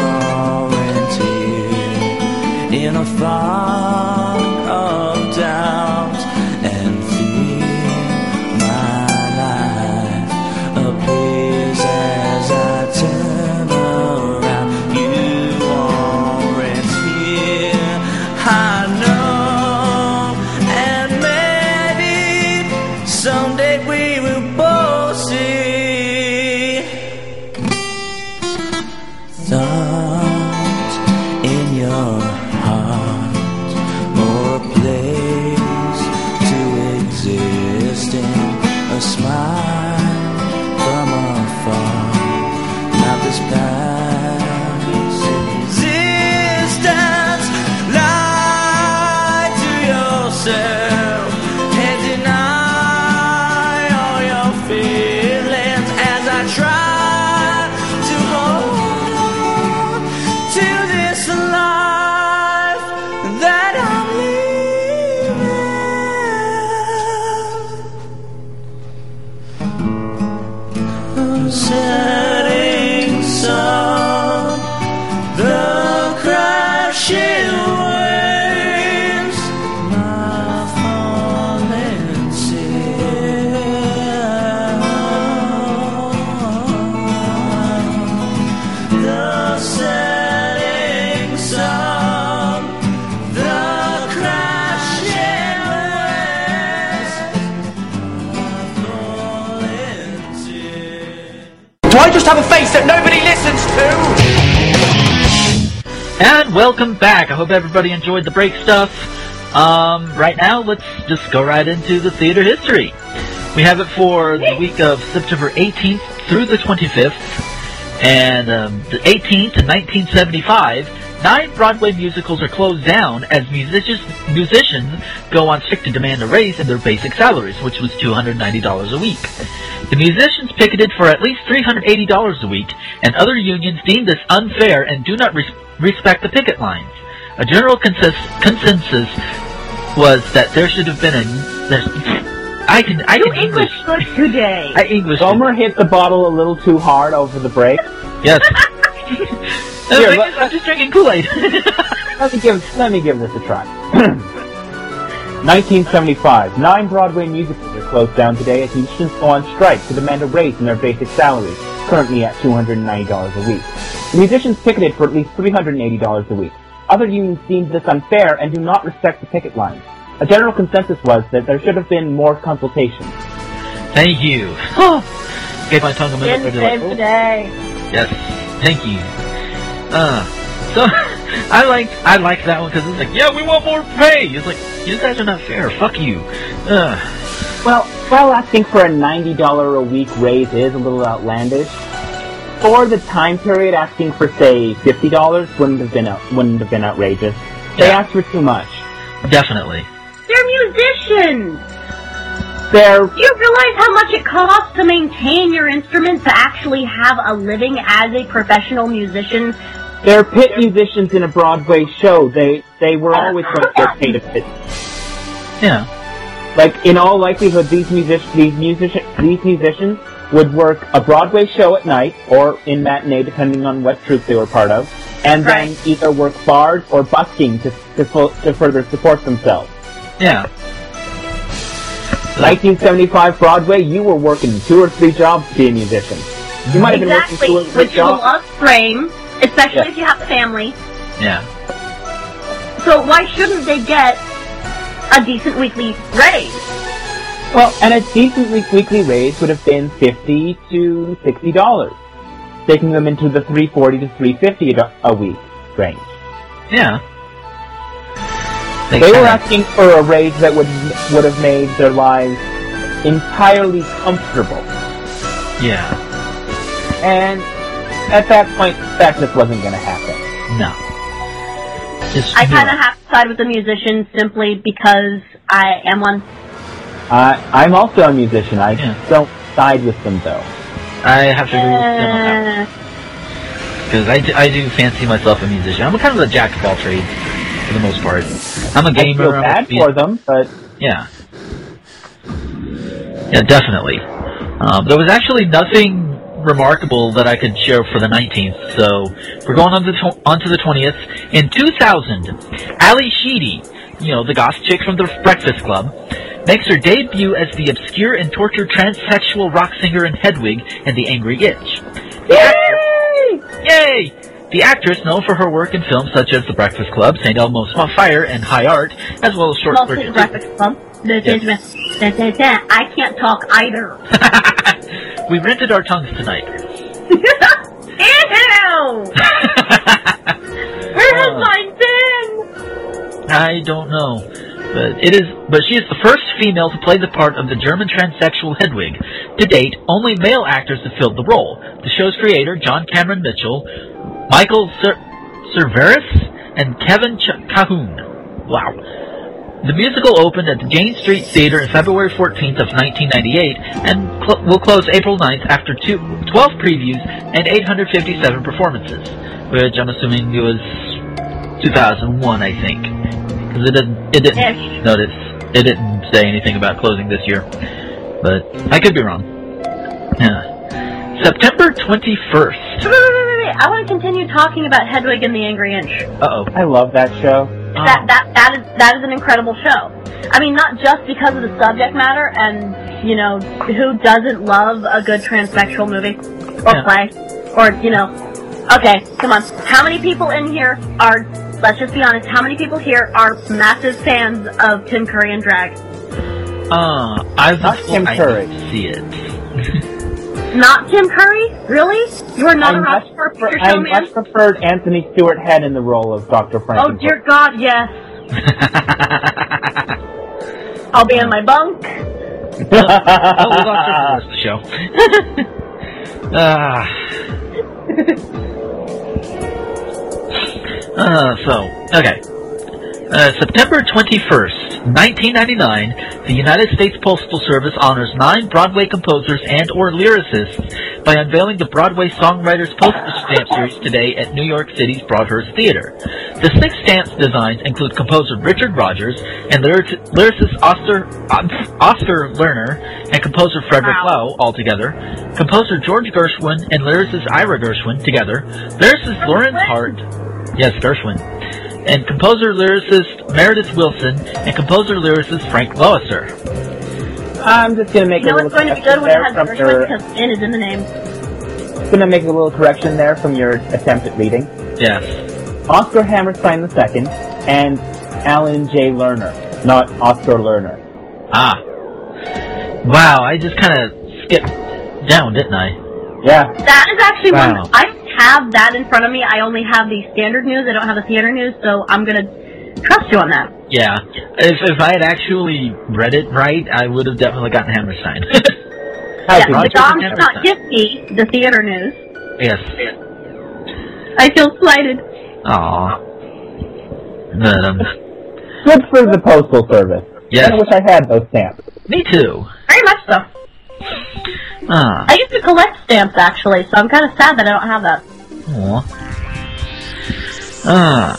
aren't here. In a fog of doubt and fear, my life appears as I turn around. You aren't here. I know, and maybe someday we will both see thought in your heart or a place to exist in a smile from afar not this past existence lie to yourself and deny all your feelings as I try to hold to this life that I'm living. I'm setting sun, the crashing waves, my falling sea. The setting sun, the crashing waves, falling sea.
Do I just have a face that nobody listens to?
And welcome back. I hope everybody enjoyed the break stuff. Um, right now, let's just go right into the theater history. We have it for the week of September 18th through the 25th. And um, the 18th in 1975, nine Broadway musicals are closed down as musicians, musicians go on strike to demand a raise in their basic salaries, which was $290 a week. The musicians picketed for at least $380 a week, and other unions deem this unfair and do not res- respect the picket lines. A general consensus consensus was that there should have been a. There's, I can I
You
can
English good today.
I English.
Homer hit the bottle a little too hard over the break.
Yes. No,
Here,
I
let-
just- I'm just drinking Kool Aid.
Let me give let me give this a try. 1975. Nine Broadway musicals are closed down today as musicians go on strike to demand a raise in their basic salaries, currently at $290 a week. The musicians picketed for at least $380 a week. Other unions deemed this unfair and do not respect the picket lines. A general consensus was that there should have been more consultation.
Thank you. Gave my tongue a minute.
In
to
the
do it.
same
oh.
today.
Yes, thank you. Uh, so I like I like that one because it's like, yeah, we want more pay. It's like you guys are not fair. Fuck you. Uh,
Well, while asking for a $90 a week raise is a little outlandish, for the time period asking for say $50 wouldn't have been out, wouldn't have been outrageous. They
Yeah.
asked for too much.
definitely.
They're musicians.
They're
Do you realize how much it costs to maintain your instrument to actually have a living as a professional musician?
they're pit musicians in a Broadway show. They they were always going to get paid a pit.
Yeah.
Like in all likelihood these music these musician these musicians would work a Broadway show at night or in matinee depending on what troupe they were part of, and then either work bars or busking to to, fu- to further support themselves.
Yeah. Uh,
1975 Broadway, you were working two or three jobs to be a musician. You might have been
Exactly,
working two or three
which will
jobs.
upframe, especially
Yeah.
if you have a family.
Yeah.
So why shouldn't they get a decent weekly raise?
Well, and a decent week- weekly raise would have been 50 to 60 dollars, taking them into the 340 to 350 do- a week range.
Yeah.
They were
kinda-
asking for a raise that would would have made their lives entirely comfortable,
Yeah.
and at that point, that just wasn't going to happen.
No. Just
I kind
no.
of have to side with the musicians simply because I am one.
Uh, I'm also a musician. I
Yeah.
don't side with them though.
I have to agree with them on that
Uh,
because I, do- I do fancy myself a musician. I'm kind of a jack of all trades for the most part. I'm a
I feel
gamer. I'm a
bad
musician.
for them, but
Yeah. Yeah, definitely. Um, there was actually nothing remarkable that I could share for the 19th, so we're going on to the, tw- on to the 20th. In 2000, Ali Sheedy, you know, the goth chick from The Breakfast Club, makes her debut as the obscure and tortured transsexual rock singer in Hedwig and The Angry Itch. The actress- Yay! The actress, known for her work in films such as The Breakfast Club, St. Elmo's Fire, and High Art, as well as short
Mostly graphics club. Da- da- da- da- da- da. I can't talk either.
we rented our tongues tonight.
Ew! Where has mine been?
I don't know. But it is but she is the first female to play the part of the German transsexual Hedwig. To date, only male actors have filled the role. The show's creator, John Cameron Mitchell, Michael Cer- Cerveris, and Kevin Ch- Cahoon. Wow. The musical opened at the Jane Street Theater on February 14th of 1998 and cl- will close April 9th after two, 12 previews and 857 performances, which I'm assuming it was 2001, I think, because it didn't it didn't
Ish.
notice it didn't say anything about closing this year, but I could be wrong. Yeah. September 21st.
Wait, wait, wait, wait, wait. I want to continue talking about Hedwig and the Angry Inch.
Uh oh.
I love that show.
that that that is that is an incredible show. I mean, not just because of the subject matter, and you know, who doesn't love a good transsexual movie or
Yeah.
play, or you know, okay, come on, how many people in here are? Let's just be honest. How many people here are massive fans of Tim Curry and drag?
Uh, I was
Not Tim
I need
Curry.
to see it.
Not Tim Curry, really? You are not
I
a rock
much,
star
prefer-
picture
I
show man.
much preferred Anthony Stewart Head in the role of Dr.
Oh
Frankenstein.
dear God, yes. I'll be in my bunk.
Oh, we'll watch it for the show. Ah. Uh, so, okay. Uh, September 21st, 1999, the United States Postal Service honors nine Broadway composers and or lyricists by unveiling the Broadway Songwriters Postal Stamp Series today at New York City's Broadhurst Theater. The six stamps designs include composer Richard Rogers and lyric- lyricist Oster, um, Oster Lerner and composer Frederick
Wow.
Lau all together, composer George Gershwin and lyricist Ira Gershwin together, lyricist Lawrence Hart, yes, Gershwin, and composer lyricist Meredith Wilson and composer lyricist Frank Loesser.
I'm just gonna make
You know
a little
it's going to be good
correction
when it
there
has
from
Gershwin
your.
because in is in the name.
Gonna make a little correction there from your attempt at reading.
Yes.
Oscar Hammerstein II and Alan J. Lerner, not Oscar Lerner.
Ah. Wow, I just kind of skipped down, didn't I?
Yeah,
That is actually
Wow.
one. I don't have that in front of me. I only have the standard news. I don't have the theater news, so I'm gonna trust you on that.
Yeah. If, if I had actually read it right, I would have definitely gotten Hammerstein.
how
yeah,
could
Roger
the
you?
Dom
Ebert.
did not give me the theater news.
yes.
I feel slighted.
Aw. But, um,
Good for the Postal Service.
Yes.
I wish I had those stamps.
me too.
Very much so.
Ah.
I used to collect stamps actually, so I'm kind of sad that I don't have that.
Aw. Ah.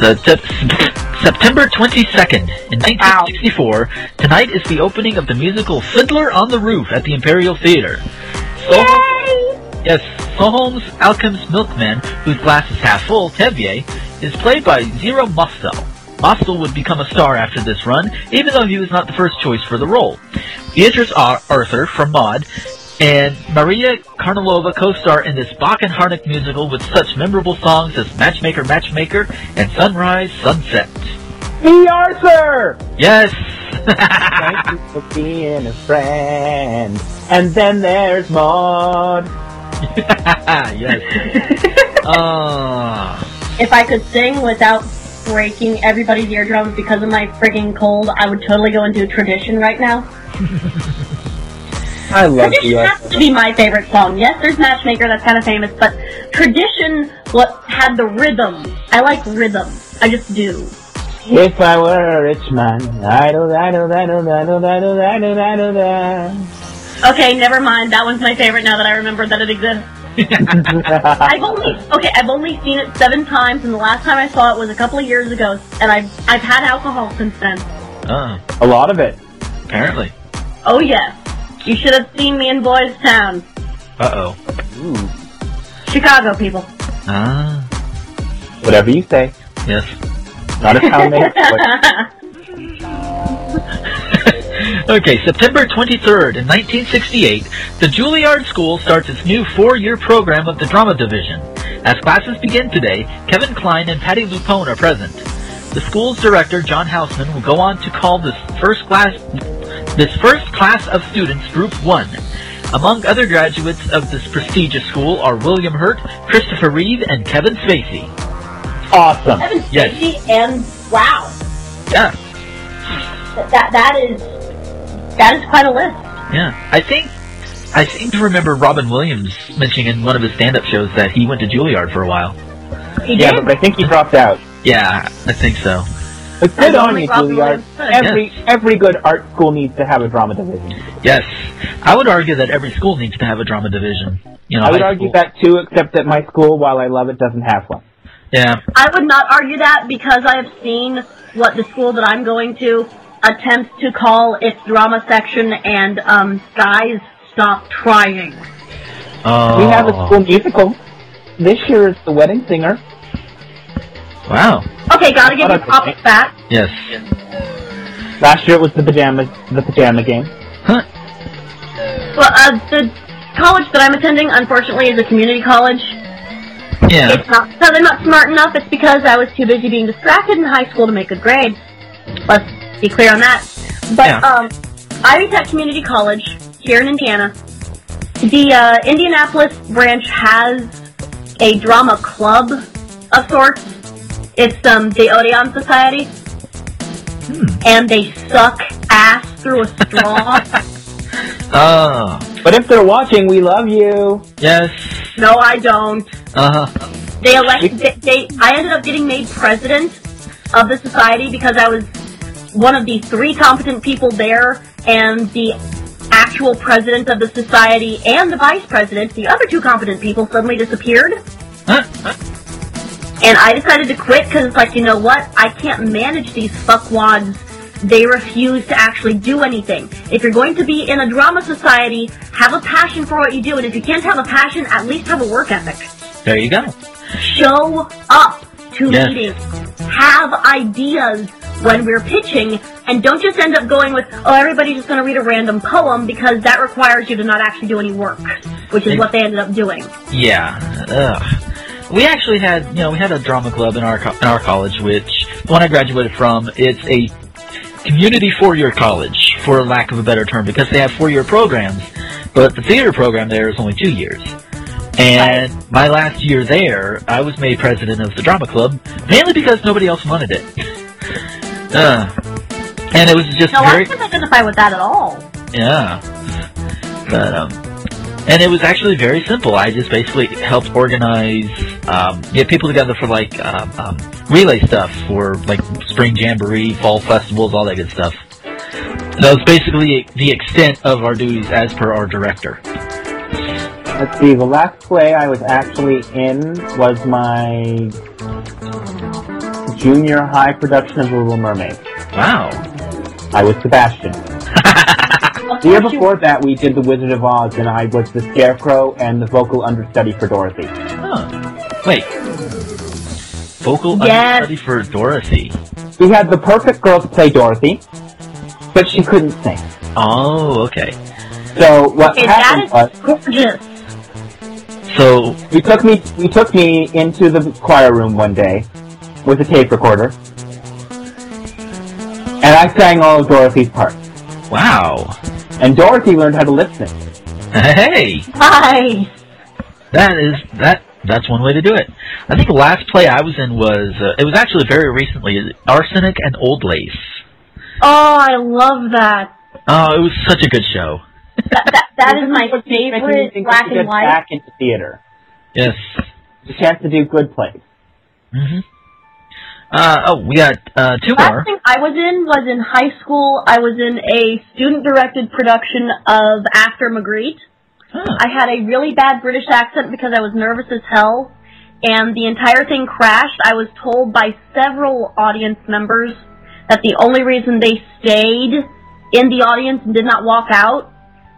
So, Sep- September 22nd, in 1964, tonight is the opening of the musical Fiddler on the Roof at the Imperial Theater. Soho- yes, Soholm's Alchemist Milkman, whose glass is half full, Tevye, is played by Zero Mostel. Mostel would become a star after this run, even though he was not the first choice for the role. Beatrice Ar- Arthur from Maud and Maria Karnilova co-star in this Bach and Harnick musical with such memorable songs as Matchmaker, Matchmaker, and Sunrise, Sunset.
E. Arthur!
Yes!
Thank you for being a friend. And then there's Maud.
yes. Ah.
If I could sing without breaking everybody's eardrums because of my freaking cold, I would totally go into tradition right now.
I love E.
Tradition has
Arthur.
to be my favorite song. Yes, there's Matchmaker, that's kind of famous, but Tradition what had the rhythm. I like rhythm. I just do.
If I were a rich man, idle, idle, idle, idle, idle, idle, idle, idle.
Okay, never mind. That one's my favorite now that I remember that it exists. I've only okay, I've only seen it seven times, and the last time I saw it was a couple of years ago, and I've I've had alcohol since then.
Ah,
A lot of it.
apparently.
Oh yes. You should have seen me in Boys Town.
Uh oh.
Chicago people.
Ah,
Whatever you say.
yes.
Not a town name, but
okay, September 23rd, in 1968, the Juilliard School starts its new four-year program of the drama division. As classes begin today, Kevin Klein and Patty Lupone are present. The school's director, John Houseman, will go on to call this first class, this first class of students Group 1. Among other graduates of this prestigious school are William Hurt, Christopher Reeve, and Kevin Spacey.
awesome.
Kevin
Yes.
Spacey and wow,
Yeah,
that, that that is that is quite a list.
Yeah, I think I seem to remember Robin Williams mentioning in one of his stand-up shows that he went to Juilliard for a while.
He
Yeah,
did.
but I think he dropped out.
Yeah, I think so.
But good
I don't
on you,
think Robin
Juilliard.
Williams could.
Every every good art school needs to have a drama division.
Yes, I would argue that every school needs to have a drama division. You know,
I would
high
argue
school.
that too, except that my school, while I love it, doesn't have one.
Yeah,
I would not argue that because I have seen what the school that I'm going to attempts to call its drama section and um guys stop trying.
oh,
We have a school musical. This year is The Wedding Singer.
Wow.
Okay, gotta give you
Not a-
props back.
Yes.
Last year it was the pajamas, the pajama game.
Huh.
Well, uh, the college that I'm attending, unfortunately, is a community college.
Yeah.
It's not because I'm not smart enough. It's because I was too busy being distracted in high school to make a grade. Let's be clear on that. But
Yeah.
um, Ivy Tech Community College here in Indiana, the uh, Indianapolis branch has a drama club of sorts. It's um, the Odeon Society, and they suck ass through a straw.
Oh.
But if they're watching, we love you.
Yes.
no, I don't.
Uh huh.
They elected. They, they. I ended up getting made president of the society because I was one of the three competent people there, and the actual president of the society and the vice president, the other two competent people, suddenly disappeared.
Huh.
And I decided to quit because it's like, you know what? I can't manage these fuckwads. They refuse to actually do anything. If you're going to be in a drama society, have a passion for what you do, and if you can't have a passion, at least have a work ethic
There you go.
show up to
Yes.
meetings, have ideas when we're pitching, and don't just end up going with, oh, everybody's just going to read a random poem because that requires you to not actually do any work, which is
Ex-
what they ended up doing.
Yeah. Ugh. We actually had, you know, we had a drama club in our co- in our college, which the one I graduated from, it's a community four-year college, for lack of a better term, because they have four-year programs, but the theater program there is only two years. And my last year there, I was made president of the drama club, mainly because nobody else wanted it. Ugh. and it was just
No, I
very
couldn't identify with that at all.
yeah. But, um, and it was actually very simple. I just basically helped organize, um, get people together for like, um, um, relay stuff for like spring jamboree, fall festivals, all that good stuff. That was basically the extent of our duties as per our director.
Let's see, the last play I was actually in was my junior high production of The Little Mermaid.
Wow.
I was Sebastian. The year before that, we did The Wizard of Oz, and I was the Scarecrow and the vocal understudy for Dorothy.
Huh. Wait. Vocal
Yes.
understudy for Dorothy.
We had the perfect girl to play Dorothy, but she couldn't sing.
Oh, okay.
So what
Okay, that
happened
is
was
gorgeous.
So,
we took me we took me into the choir room one day with a tape recorder, and I sang all of Dorothy's parts.
wow.
And Dorothy learned how to lip sync.
Hey!
Nice.
That is that. That's one way to do it. I think the last play I was in was uh, it was actually very recently, Arsenic and Old Lace.
Oh, I love that.
Oh, it was such a good show.
That, that, that is my favorite black
get
and white.
back into theater.
Yes.
The chance to do good plays.
hmm Uh, oh, we got uh, two more.
Last thing I was in was in high school. I was in a student-directed production of After Magritte.
Huh.
I had a really bad British accent because I was nervous as hell, and the entire thing crashed. I was told by several audience members that the only reason they stayed in the audience and did not walk out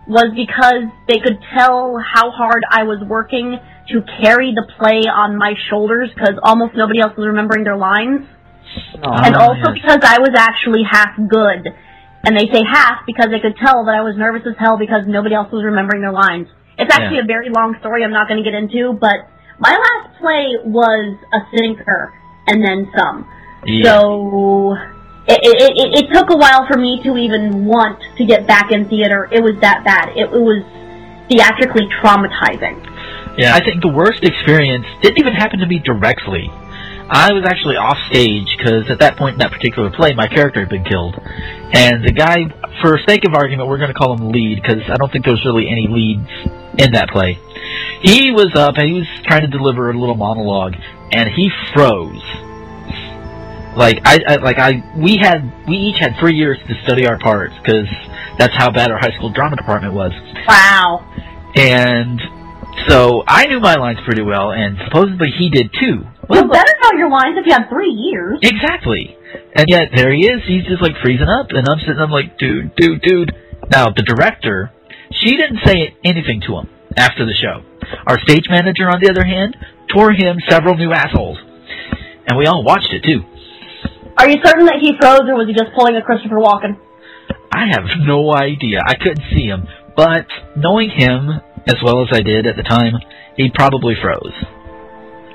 was because they could tell how hard I was working to carry the play on my shoulders because almost nobody else was remembering their lines. and
Oh,
also
yes.
because I was actually half good. And they say half because they could tell that I was nervous as hell because nobody else was remembering their lines. It's actually
Yeah.
a very long story I'm not going to get into, but my last play was a sinker and then some.
Yeah.
So it, it, it, it took a while for me to even want to get back in theater. It was that bad. It, it was theatrically traumatizing.
Yeah, I think the worst experience didn't even happen to me directly. I was actually off stage because at that point in that particular play, my character had been killed, and the guy, for sake of argument, we're going to call him lead because I don't think there was really any leads in that play. He was up and he was trying to deliver a little monologue, and he froze. Like I, I like I, we had we each had three years to study our parts because that's how bad our high school drama department was.
Wow.
And so I knew my lines pretty well, and supposedly he did too.
You better know your lines if you have three years.
Exactly. And yet there he is. He's just like freezing up, and I'm sitting. I'm like, dude, dude, dude. Now the director, she didn't say anything to him after the show. Our stage manager, on the other hand, tore him several new assholes, and we all watched it too.
Are you certain that he froze or was he just pulling a Christopher Walken?
I have no idea. I couldn't see him, but knowing him as well as I did at the time, he probably froze.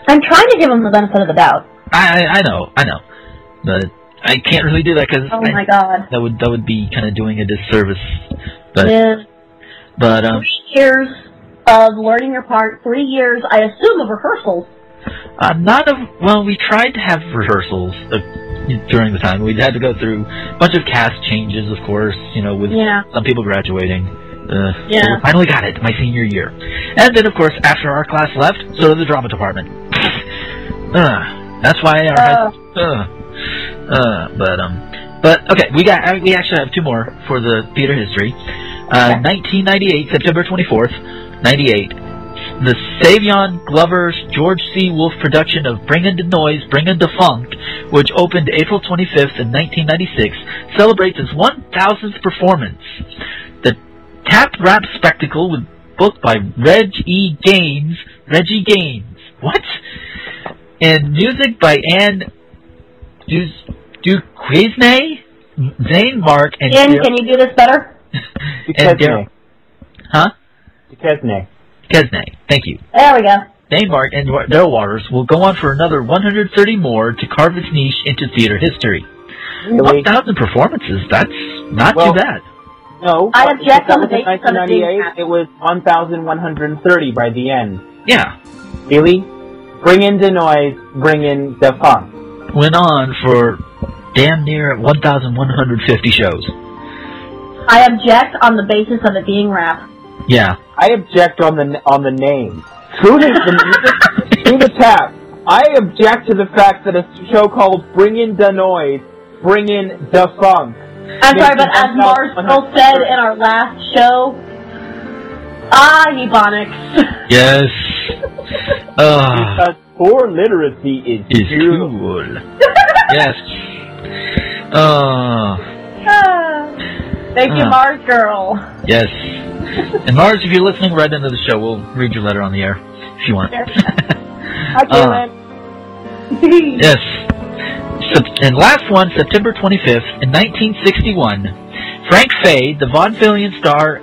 I'm trying to give him the benefit of the doubt.
I I- I know, I know, but I can't really do that because
Oh my god.
that would that would be kind of doing a disservice. But
Yeah.
but um,
Three years of learning your part, three years, I assume, of rehearsals.
uh, not of well, we tried to have rehearsals uh, during the time. We had to go through a bunch of cast changes, of course. You know, with
Yeah.
some people graduating. Uh, so
Yeah.
we finally got it my senior year, and then of course after our class left, so did the drama department. uh, that's why our high
Uh,
Uh, uh, but um, but okay, we got I- we actually have two more for the theater history. Uh, 1998, September 24th, 98. The Savion Glover's George C. Wolfe production of Bringin' the Noise, Bringin' the Funk, which opened April 25th in 1996, celebrates its 1,000th performance. The tap rap spectacle was booked by Reg E. Gaines. Reggie Gaines. What? And music by Ann do Duquesne, Zane Mark, and
Ian,
Dar-
can you do this better?
and
Duquesne.
Daryl. Huh?
Duquesne.
Duquesne. Thank you.
There we go.
Zane Mark and Wa- Daryl Waters will go on for another 130 more to carve its niche into theater history.
Really?
1,000 performances. That's not
Well-
too bad.
No.
I
but
object
that
on the
was
basis of it being
in 1998.
half.
It was 1,130 by the end.
Yeah.
Really? Bring in the noise, bring in the funk.
Went on for damn near 1,150 shows.
I object on the basis of it being rap.
Yeah.
I object on the on the name. Through the, the music, through the tap. I object to the fact that a show called Bring in the Noise, Bring in the Funk.
I'm sorry, but as Marcel said in our last show, ah, Ebonics.
Yes. Uh,
Because poor literacy is,
is
beautiful.
cool. yes. Uh,
Thank you,
Ah.
Mars Girl.
Yes. And Mars, if you're listening right into the show, we'll read your letter on the air if you want.
Sure.
Hi, Caitlin.
Yes. Sep- and last one, September 25th, in 1961, Frank Fay, the vaudevillian star,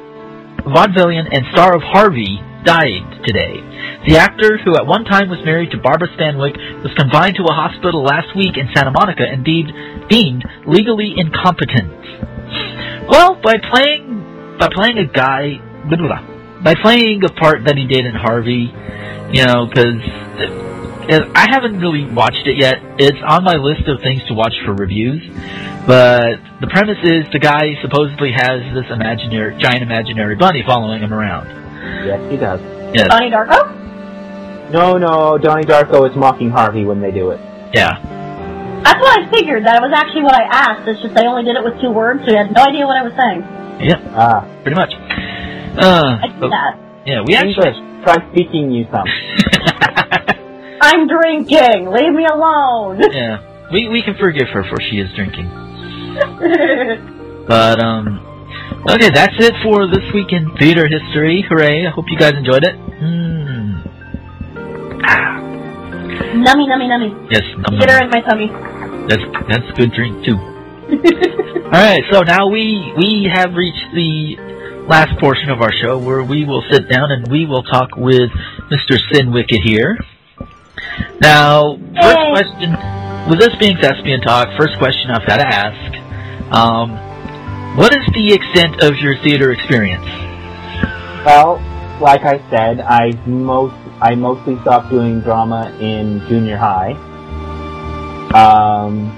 vaudevillian and star of Harvey, died today. The actor, who at one time was married to Barbara Stanwyck, was confined to a hospital last week in Santa Monica and deemed, deemed legally incompetent. Well, by playing by playing a guy, blah, blah, blah. by playing a part that he did in Harvey, you know, because and I haven't really watched it yet. It's on my list of things to watch for reviews. But the premise is the guy supposedly has this imaginary giant imaginary bunny following him around.
Yes, he does.
Yes.
Bonnie Darko?
No, no, Donnie Darko is mocking Harvey when they do it.
Yeah.
That's what I figured. That was actually what I asked. It's just they only did it with two words, so you had no idea what I was saying.
Ah,
Pretty much. Uh,
I do
but-
that.
yeah, we actually.
English. Try speaking you some.
I'm drinking. Leave me alone.
yeah. We, we can forgive her for she is drinking. But, um. Okay, that's it for this week in theater history. Hooray! I hope you guys enjoyed it. Mm.
Nummy, nummy, nummy.
Yes, nom, nom.
Get her in my tummy.
That's that's a good drink too. All right, so now we we have reached the last portion of our show where we will sit down and we will talk with Mr. Sin Wicket here. Now, first
Hey.
question. With this being thespian talk, first question I've got to ask: um, What is the extent of your theater experience?
Well, like I said, I most I mostly stopped doing drama in junior high. Um,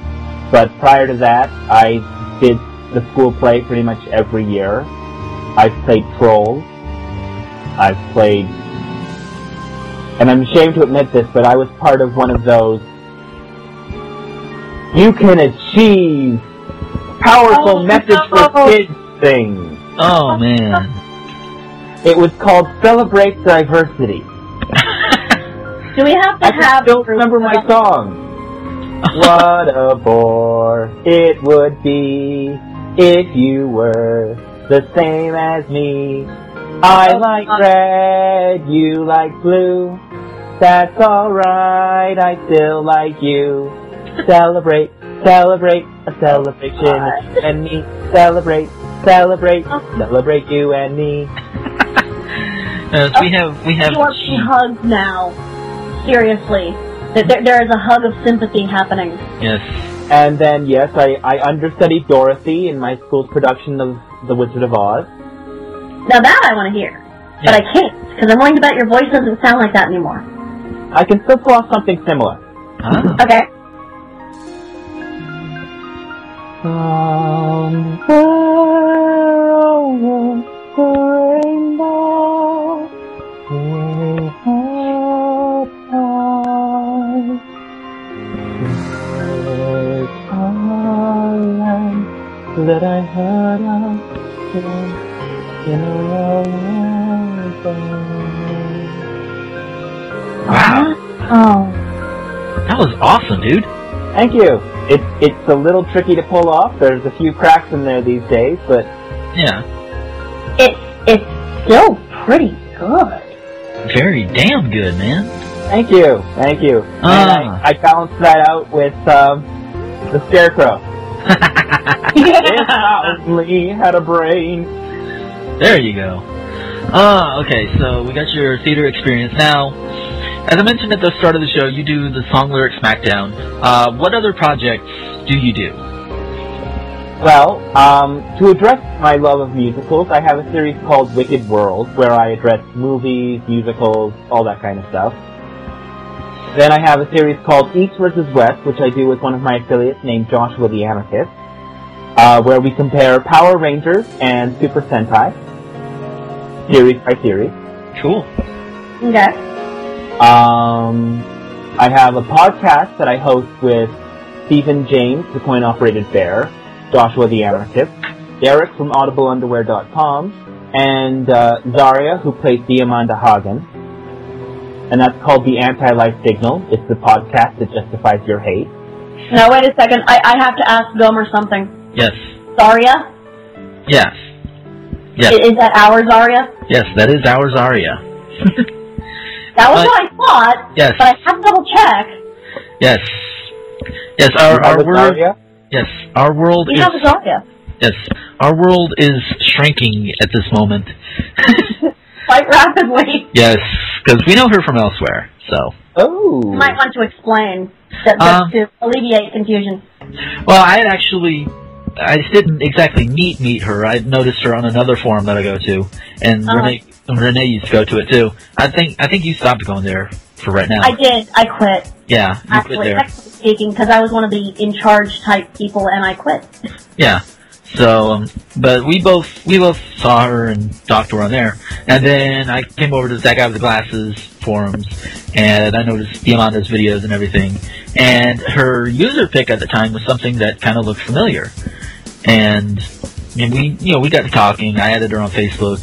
but prior to that, I did the school play pretty much every year. I've played trolls. I've played, and I'm ashamed to admit this, but I was part of one of those. You can achieve powerful
Oh,
message
no.
for kids things.
Oh man,
It was called Celebrate Diversity.
Do we have to
I
have?
can still remember my song. what a bore it would be if you were the same as me. I
Oh,
like
God.
red, you like blue. That's alright, I still like you. Celebrate, celebrate, a celebration
God.
and me. Celebrate, celebrate,
Oh.
celebrate you and me.
Uh, we have we have.
You want she hugs now. Seriously, There- there, there is a hug of sympathy happening.
Yes.
And then, yes, I, I understudied Dorothy in my school's production of The Wizard of Oz.
Now that I want to hear, but I can't because I'm willing to bet your voice doesn't sound like that anymore.
I can still pull off something similar.
Ah.
Okay.
Somewhere over the rainbow, way up high, there's a land that I heard of in- in a lullaby.
Wow,
Oh.
that was awesome, dude.
Thank you. It's it's a little tricky to pull off. There's a few cracks in there these days, but
Yeah,
It's it's still pretty good.
very damn good, man.
thank you, thank you. And
Ah.
I, I balanced that out with um, the scarecrow. If I only had a brain.
There you go. Ah, okay, so we got your theater experience. Now, as I mentioned at the start of the show, you do the Song Lyric Smackdown. Uh, what other projects do you do?
Well, um, to address my love of musicals, I have a series called Wicked World where I address movies, musicals, all that kind of stuff. Then I have a series called East versus West, which I do with one of my affiliates named Joshua the Amethyst, uh, where we compare Power Rangers and Super Sentai, series by series.
Cool.
Okay.
Um, I have a podcast that I host with Stephen James, the coin operated bear, Joshua the Anarchist, Derek from audibleunderwear.com, and uh, Zaria, who plays the Amanda Hagen. And that's called The Anti-Life Signal. It's the podcast that justifies your hate.
Now wait a second. I, I have to ask Gomer something.
Yes.
Zarya,
Yes.
I-
Yes.
is, that our Zarya?
Yes, that is ours, Aria.
That was
Uh,
what I thought,
Yes.
but I have to double check.
Yes. Yes, our,
You have
our
with
world.
Zaria?
Yes, our world
We
is.
have a Zarya.
Yes, our world is shrinking at this moment.
Quite rapidly.
yes, because we know her from elsewhere. So.
Oh.
You might want to explain that, that
Uh,
to alleviate confusion.
Well, I had actually, I didn't exactly meet meet her. I noticed her on another forum that I go to, and
Uh-huh.
Renee Renee used to go to it too. I think I think you stopped going there for right now.
I did. I quit.
yeah, Uh-huh. you quit
Actually,
there.
actually speaking, because I was one of the in charge type people, and I quit.
Yeah. So, um, but we both we both saw her and talked to her on there, and then I came over to that guy with the glasses forums, and I noticed Diamanda's videos and everything, and her user pick at the time was something that kind of looked familiar, and and we you know we got to talking. I added her on Facebook,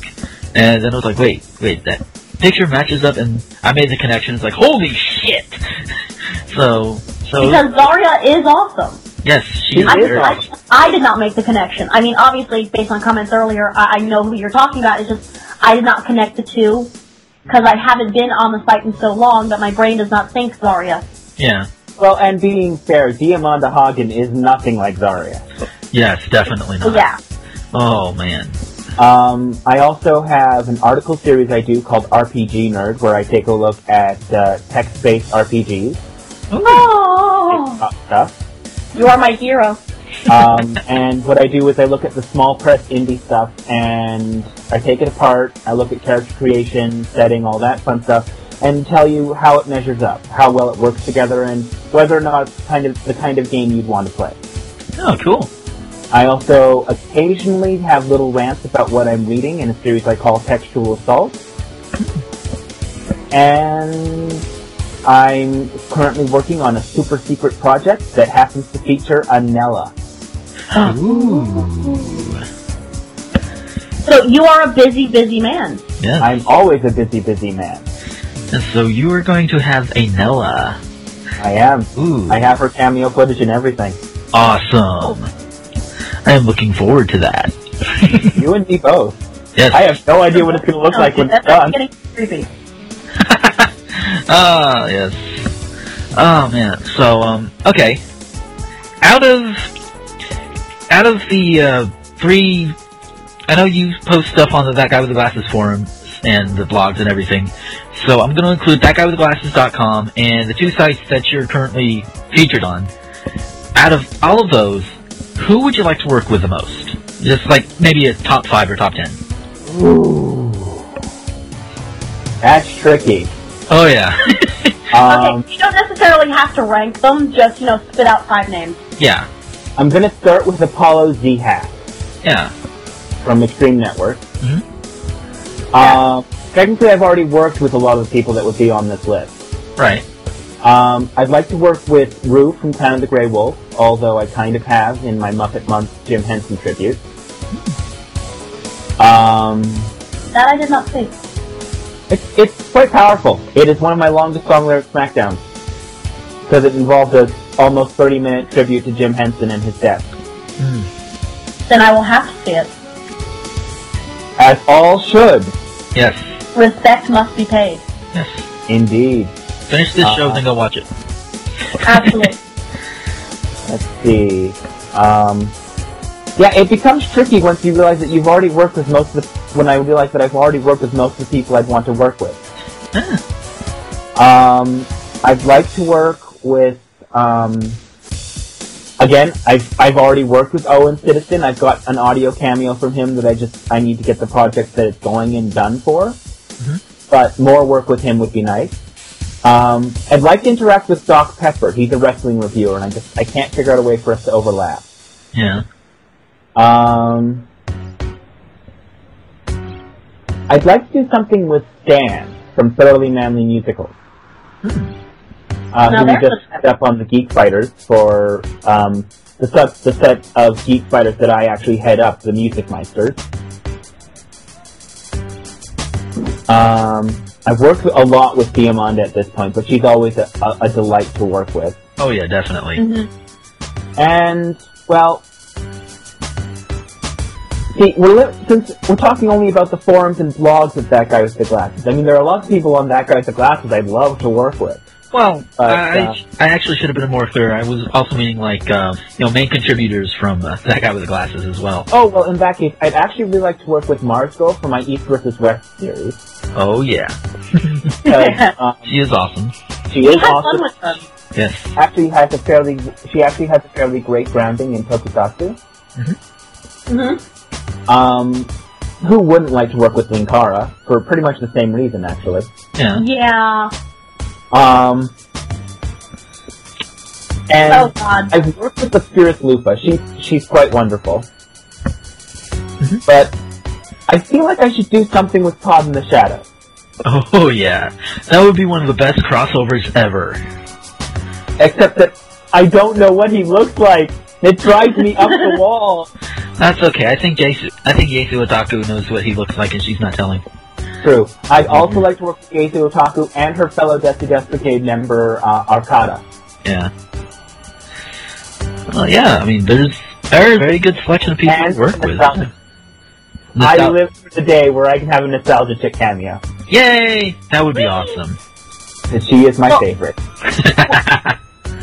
and then I was like, wait, wait, that picture matches up, and I made the connection. It's like, holy shit! so so
Because Zarya is awesome.
Yes, she
She
is
I,
is
very
I, I did not make the connection. I mean, obviously, based on comments earlier, I, I know who you're talking about. It's just I did not connect the two because I haven't been on the site in so long that my brain does not think Zarya.
Yeah.
Well, and being fair, Diamanda Hagen is nothing like Zarya.
Yes, definitely
But
not.
yeah,
Oh man.
Um, I also have an article series I do called RPG Nerd, where I take a look at uh, text-based RPGs
oh,
uh, stuff.
you are my hero.
Um, and what I do is I look at the small press indie stuff, and I take it apart. I look at character creation, setting, all that fun stuff, and tell you how it measures up, how well it works together, and whether or not it's kind of the kind of game you'd want to play.
Oh, cool.
I also occasionally have little rants about what I'm reading in a series I call Textual Assault. And I'm currently working on a super secret project that happens to feature Anella.
So you are a busy, busy man.
Yes.
I'm always a busy, busy man.
And so you are going to have a Nella.
I am.
Ooh.
I have her cameo footage and everything.
Awesome. I am looking forward to that.
You and me both.
Yes.
I have no idea what it's going to look like when it's
Oh, that's
done.
getting creepy.
Ah, yes. Oh man. So, um, okay. Out of out of the uh, three, I know you post stuff on the That Guy with the Glasses forum and the blogs and everything. So I'm going to include thatguywiththeglasses.com and the two sites that you're currently featured on. Out of all of those, who would you like to work with the most? Just like maybe a top five or top ten.
That's tricky.
Oh yeah,
Um,
okay, you don't necessarily have to rank them. Just you know, spit out five names.
yeah,
I'm going to start with Apollo Z Hat.
yeah.
from Extreme Network.
Mhm.
Um, technically, I've already worked with a lot of the people that would be on this list.
Right.
Um, I'd like to work with Rue from Town of the Grey Wolf, although I kind of have in my Muppet Month Jim Henson tribute. Um,
That I did not see.
it's, it's quite powerful. It is one of my longest song lyric smackdowns because it involved a almost 30 minute tribute to Jim Henson and his death.
Then I will have to see it.
As all should,
Yes.
Respect must be paid.
Yes.
indeed.
Finish this show,
Uh,
then go watch it.
Absolutely.
Let's see. Um, yeah, it becomes tricky once you realize that you've already worked with most of the. When I realized that I've already worked with most of the people I'd want to work with. Um, I'd like to work with. Um, again, I've I've already worked with Owen Citizen. I've got an audio cameo from him that I just I need to get the project that it's going in done for. But more work with him would be nice. Um, I'd like to interact with Doc Pepper. He's a wrestling reviewer, and I just I can't figure out a way for us to overlap.
Yeah.
Um, I'd like to do something with Stan from Thoroughly Manly Musical. Uh,
Hmm. Now
who we
there's
just
a-
picked up on the Geek Fighters for um, the set the set of Geek Fighters that I actually head up, the Music Meisters. Um, I've worked a lot with Diamond at this point, but she's always a, a, a delight to work with.
Oh yeah, definitely.
Mm-hmm.
And well, see, we're li- since we're talking only about the forums and blogs of that guy with the glasses. I mean, there are lots of people on that guy with the glasses I'd love to work with.
Well,
Uh,
I,
yeah.
I actually should have been more clear. I was also meaning like uh, you know main contributors from uh, that guy with the glasses as well.
Oh well, in that case, I'd actually really like to work with Mars Girl for my East versus West series.
Oh yeah,
'Cause, um,
she is awesome.
she
we
is
had
also
fun with them.
Yes.
actually has a fairly she actually has a fairly great grounding in tokusatsu.
Mm-hmm.
Um, who wouldn't like to work with Linkara for pretty much the same reason, actually?
Yeah.
Yeah.
Um, and
Oh God.
I've worked with the Spirit Lupa. She's she's quite wonderful.
Mm-hmm.
But I feel like I should do something with Todd in the Shadow.
Oh yeah. That would be one of the best crossovers ever.
Except that I don't know what he looks like. It drives me up the wall.
That's okay. I think Jason. I think Yasu Otaku knows what he looks like, and she's not telling.
True. I'd
Mm-hmm.
also like to work with Geizu Otaku and her fellow Dusty Death Brigade member, uh, Arcada.
Yeah. Well, yeah, I mean, there's very, very good selection of people
And
to work with.
nostalgia. I
Nostal-
live for the day where I can have a nostalgia chick cameo.
Yay! That would be awesome.
And she is my
Well-
favorite.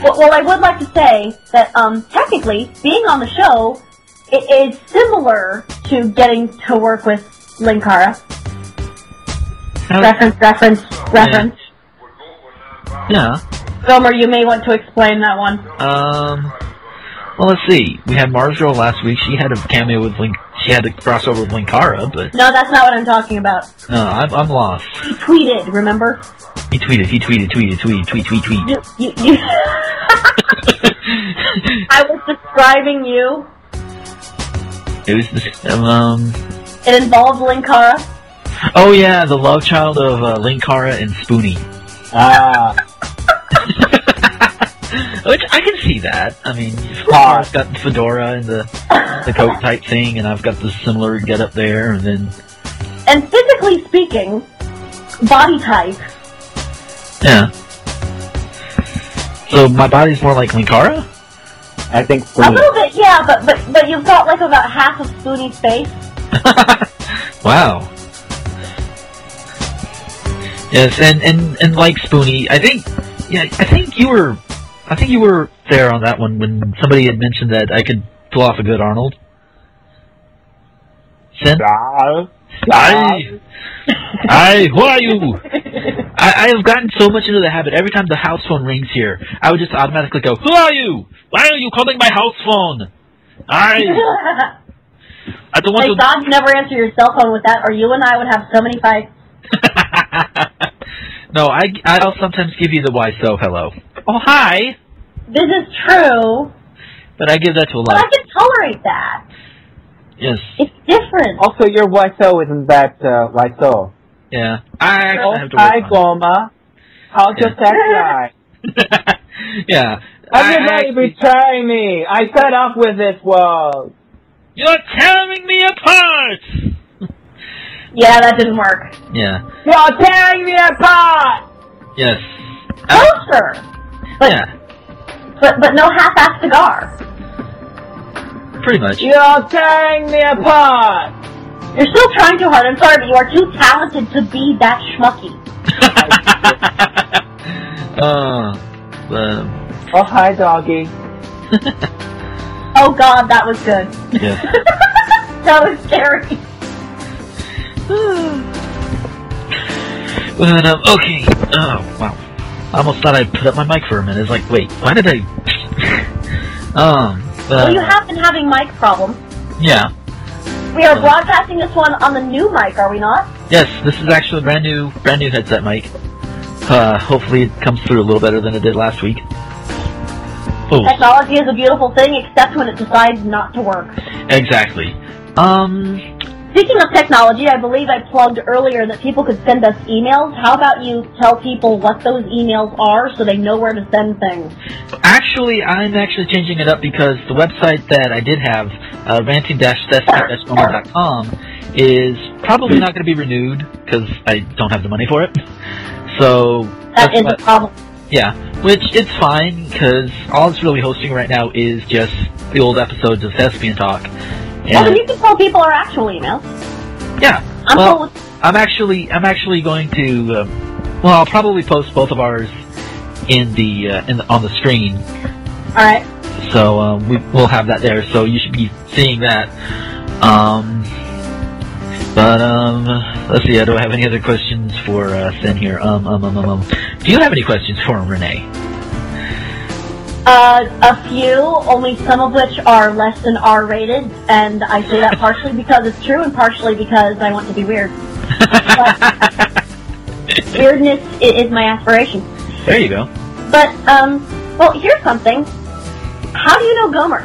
Well, well, I would like to say that um, technically, being on the show it is similar to getting to work with Linkara.
Oh,
Reference, reference, reference.
yeah.
Gomer, you may want to explain that one.
Um. Well, let's see. We had Mars Girl last week. She had a cameo with Link. She had a crossover with Linkara, but
No, that's not what I'm talking about.
no, I'm, I'm lost.
He tweeted, remember?
He tweeted. He tweeted. Tweeted. Tweeted. Tweet. Tweet. Tweet.
You, you, you I was describing you.
it was this, um.
It involved Linkara.
Oh yeah, the love child of uh, Linkara and Spoonie.
Ah,
Which I can see that. I mean,
Ah.
Linkara's got the fedora and the the coat type thing, and I've got the similar getup there, and then
And physically speaking, body type,
yeah. So my body's more like Linkara.
I think for
a
me.
little bit, yeah, but but but you've got like about half of Spoonie's face.
wow. Yes, and, and, and like Spoonie, I think yeah, I think you were I think you were there on that one when somebody had mentioned that I could pull off a good Arnold. Sin?
Ah,
I, I, who are you? I, I have gotten so much into the habit. Every time the house phone rings here, I would just automatically go, "Who are you? Why are you calling my house phone?" I,
Thank
I don't want to.
God you never answer your cell phone with that, or you and I would have so many fights.
no, I, I'll sometimes give you the why so hello. Oh, hi!
This is true,
But I give that to a
but I
lot.
can tolerate that.
Yes.
It's different.
also, your YSO isn't that uh, YSO.
Yeah. I
Oh,
actually have to
hi,
work on
Goma. How's your sex life?
it. Yeah. I- I
Everybody
actually-
betray me. I set up with this world.
You're tearing me apart!
Yeah, that didn't work.
Yeah.
You're tearing me apart.
Yes. I-
Closer, but
yeah.
but but no half-ass cigar.
Pretty much.
You're tearing me apart.
You're still trying too hard. I'm sorry, but you are too talented to be that schmucky.
uh, um,
Oh, hi, doggy.
Oh God, that was good.
yes.
that was scary.
But, um, okay. Oh, wow. I almost thought I'd put up my mic for a minute. It's like, wait, why did I. um,
Well, Oh, you
uh,
have been having mic problems.
yeah.
We are broadcasting this one on the new mic, are we not?
Yes, this is actually a brand new, brand new headset mic. Uh, hopefully it comes through a little better than it did last week. Oh,
Technology is a beautiful thing, except when it decides not to work.
exactly. Um,
Speaking of technology, I believe I plugged earlier that people could send us emails. How about you tell people what those emails are so they know where to send things?
actually, I'm actually changing it up because the website that I did have, uh, ranting-session.com, is probably not going to be renewed because I don't have the money for it. So,
That
that's
is
what-
a problem.
Yeah, which it's fine because all it's really hosting right now is just the old episodes of Thespian Talk.
Well, then
And-
Oh, you can tell people our actual emails.
yeah,
I'm
well,
cool with
I'm actually I'm actually going to um, well I'll probably post both of ours in the uh, in the, on the screen
All right.
so um, we, we'll have that there so you should be seeing that um, but um let's see I don't have any other questions for uh, Sin here um, um um um um do you have any questions for him Renee
Uh, a few, only some of which are less than R-rated, and I say that partially because it's true and partially because I want to be weird. But weirdness i- is my aspiration.
there you go
But, um, well, here's something. How do you know Gomer?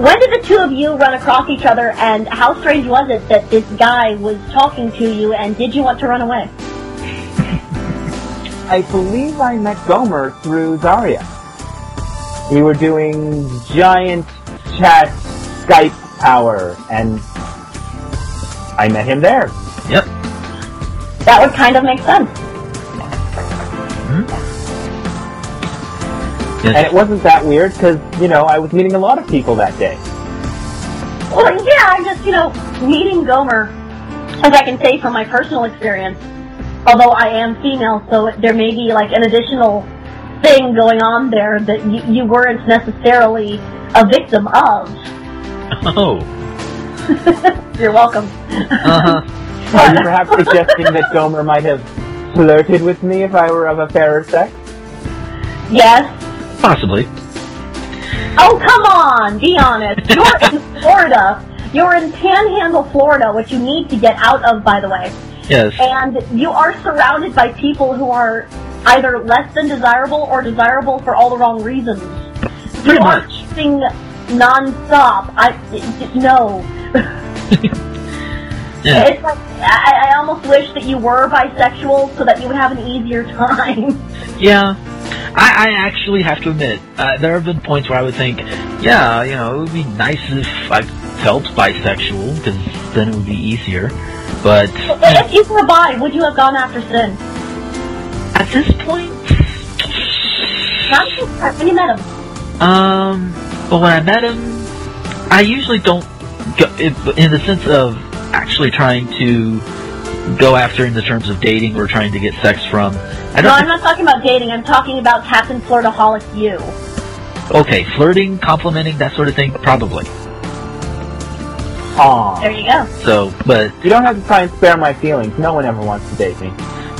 When did the two of you run across each other, and how strange was it that this guy was talking to you, and did you want to run away?
I believe I met Gomer through Zarya. We were doing giant chat Skype power, and I met him there.
yep
That would kind of make sense.
Yes.
And it wasn't that weird because, you know, I was meeting a lot of people that day.
Well, yeah, I just, you know, meeting Gomer, as I can say from my personal experience, although I am female, so there may be like an additional thing going on there that you, you weren't necessarily a victim of.
Oh.
You're welcome.
Uh huh.
Are you perhaps suggesting that Gomer might have flirted with me if I were of a fairer sex?
Yes.
Possibly.
Oh, come on, be honest. You're in Florida. You're in Panhandle, Florida, which you need to get out of, by the way.
Yes.
and you are surrounded by people who are either less than desirable or desirable for all the wrong reasons.
Pretty
you are
much.
chasing nonstop. I d- d- no.
Yeah.
It's like I, I almost wish that you were bisexual so that you would have an easier time.
Yeah. I, I actually have to admit, uh, there have been points where I would think, yeah, you know, it would be nice if I felt bisexual, because then it would be easier. But
if you were bi, would you have gone after Sin?
at this point,
Not just when you met him.
um, but when I met him, I usually don't, go, if- in the sense of actually trying to go after in the terms of dating or trying to get sex from. I
No, I'm
don't.
not talking about dating. I'm talking about Captain Flirtaholic you.
okay, flirting, complimenting, that sort of thing, probably.
Aw.
There you go.
So, but
You don't have to try and spare my feelings. No one ever wants to date me.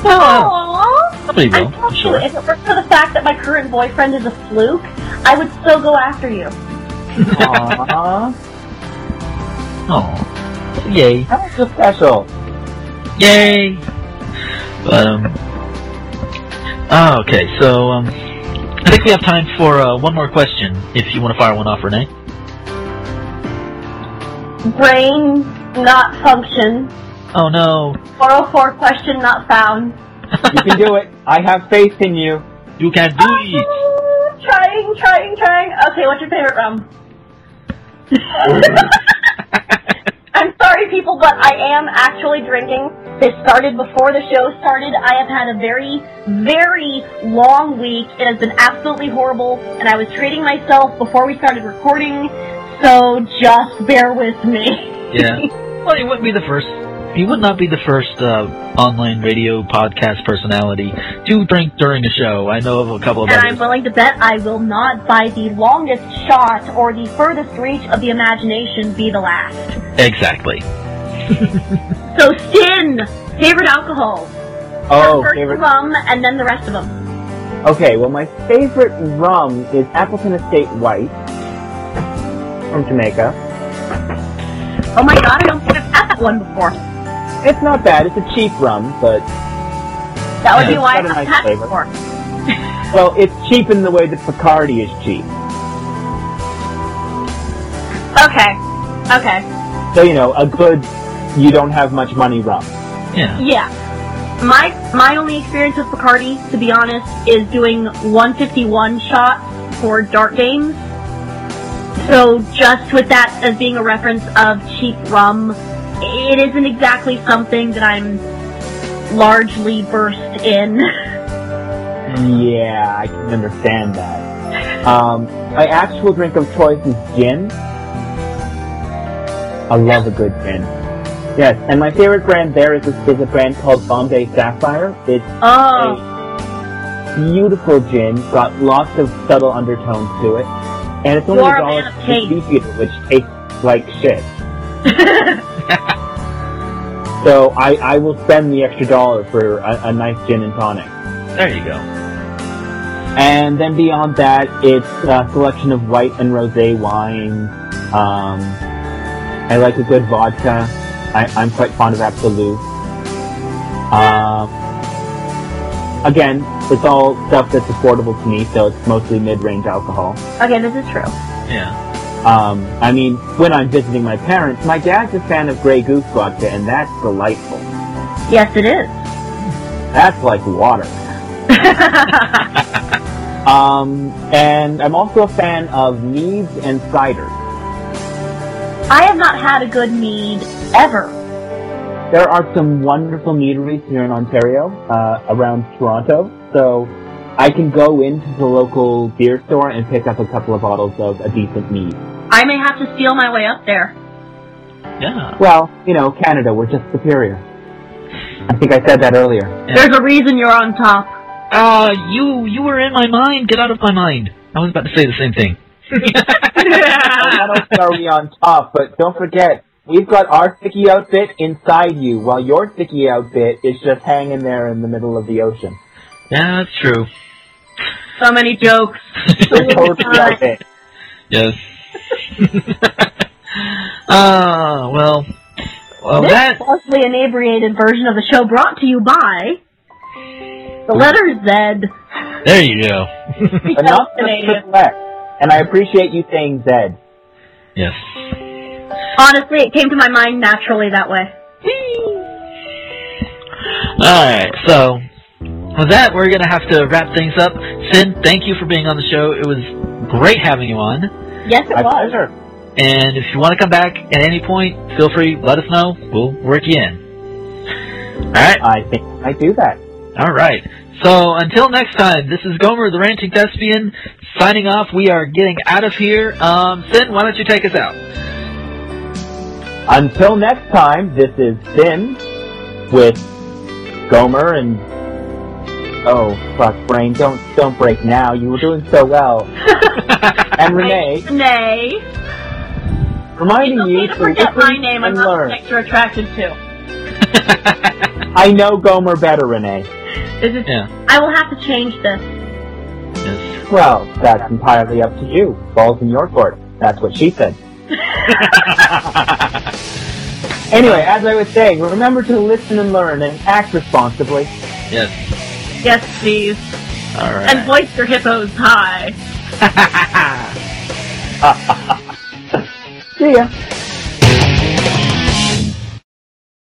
well, I don't-
Aww.
somebody
I
will. I'm
told you,
sure.
if it weren't for the fact that my current boyfriend is a fluke, I would still go after you.
Aw.
Oh, yay,
That was so special.
yay! But um, ah, okay. So um, I think we have time for uh, one more question. If you want to fire one off, Renee.
Brain not function.
Oh no,
404 question not found.
You can do it. I have faith in you.
you can do it.
Oh, trying, trying, trying. Okay, what's your favorite rum? I'm sorry, people, but I am actually drinking. This started before the show started. I have had a very, very long week. It has been absolutely horrible, and I was treating myself before we started recording, so just bear with me.
Yeah. Well, you wouldn't be the first. You would not be the first uh, online radio podcast personality to drink during a show. I know of a couple of
And I'm
others.
willing to bet I will not, by the longest shot or the furthest reach of the imagination, be the last.
Exactly.
So sin, favorite alcohol.
Oh,
First
favorite.
rum, and then the rest of them.
Okay, well, my favorite rum is Appleton Estate White from Jamaica.
Oh my god, I don't think I've had that one before.
It's not bad. It's a cheap rum, but
That would
Yeah,
be why I've
it's got
not
a nice
had it
flavor.
before.
well, it's cheap in the way that Bacardi is cheap.
Okay, okay,
So you know, a good, you don't have much money rum.
Yeah.
yeah. My my only experience with Bacardi, to be honest, is doing 151 shots for dart games. So just with that as being a reference of cheap rum, it isn't exactly something that I'm largely versed in.
Yeah, I can understand that. Um, my actual drink of choice is gin. I love a good gin. Yes, and my favorite brand there is a, is a brand called Bombay Sapphire. It's
Oh,
beautiful gin, got lots of subtle undertones to it, and it's only
You
a
are a
dollar
man of taste.
fifty here, which tastes like shit. so I, I will spend the extra dollar for a, a nice gin and tonic.
There you go.
And then beyond that, it's a selection of white and rosé wines. Um, I like a good vodka. I, I'm quite fond of Absolut. Um, again, it's all stuff that's affordable to me, so it's mostly mid-range alcohol.
okay, this is true.
Yeah.
Um, I mean, when I'm visiting my parents, my dad's a fan of Grey Goose vodka, and that's delightful.
Yes, it is.
That's like water. um, and I'm also a fan of meads and cider.
I have not had a good mead ever.
There are some wonderful meaderies here in Ontario, uh, around Toronto. So I can go into the local beer store and pick up a couple of bottles of a decent mead.
I may have to steal my way up there.
Yeah.
Well, you know, Canada, we're just superior. I think I said that earlier.
There's a reason you're on top.
Ah, you you were in my mind. Get out of my mind. I was about to say the same thing.
Not only are we on top, but don't forget, we've got our sticky outfit inside you, while your sticky outfit is just hanging there in the middle of the ocean.
yeah, that's true.
So many jokes.
Totally outfit.
Yes. Ah, well,
Oh,
well
this
that
largely inebriated version of the show brought to you by the letter Z.
there you go.
But not just with Lex. And I appreciate you saying Zed.
Yes.
Honestly, it came to my mind naturally that way.
All right. So with that, we're gonna have to wrap things up. Sin, thank you for being on the show. It was great having you on.
Yes, it
My
was.
pleasure.
And if you want to come back at any point, feel free. Let us know. We'll work you in. All right.
I think I do that.
All right. So until next time, this is Gomer, the ranting thespian, signing off. We are getting out of here. Um, Sin, why don't you take us out?
Until next time, this is Sin with Gomer and oh fuck brain, don't don't break now. You were doing so well. and Renee,
Renee.
reminding
It's okay
you
to
to
forget
listen
my name. I'm
and
not
learn.
the sex you're attracted to.
I know Gomer better, Renee.
This is,
yeah.
I will have to change this.
Yes.
Well, that's entirely up to you. Balls in your court. That's what she said. Anyway, as I was saying, remember to listen and learn and act responsibly.
yes.
Yes, please.
All right.
And voice your hippos high.
See ya.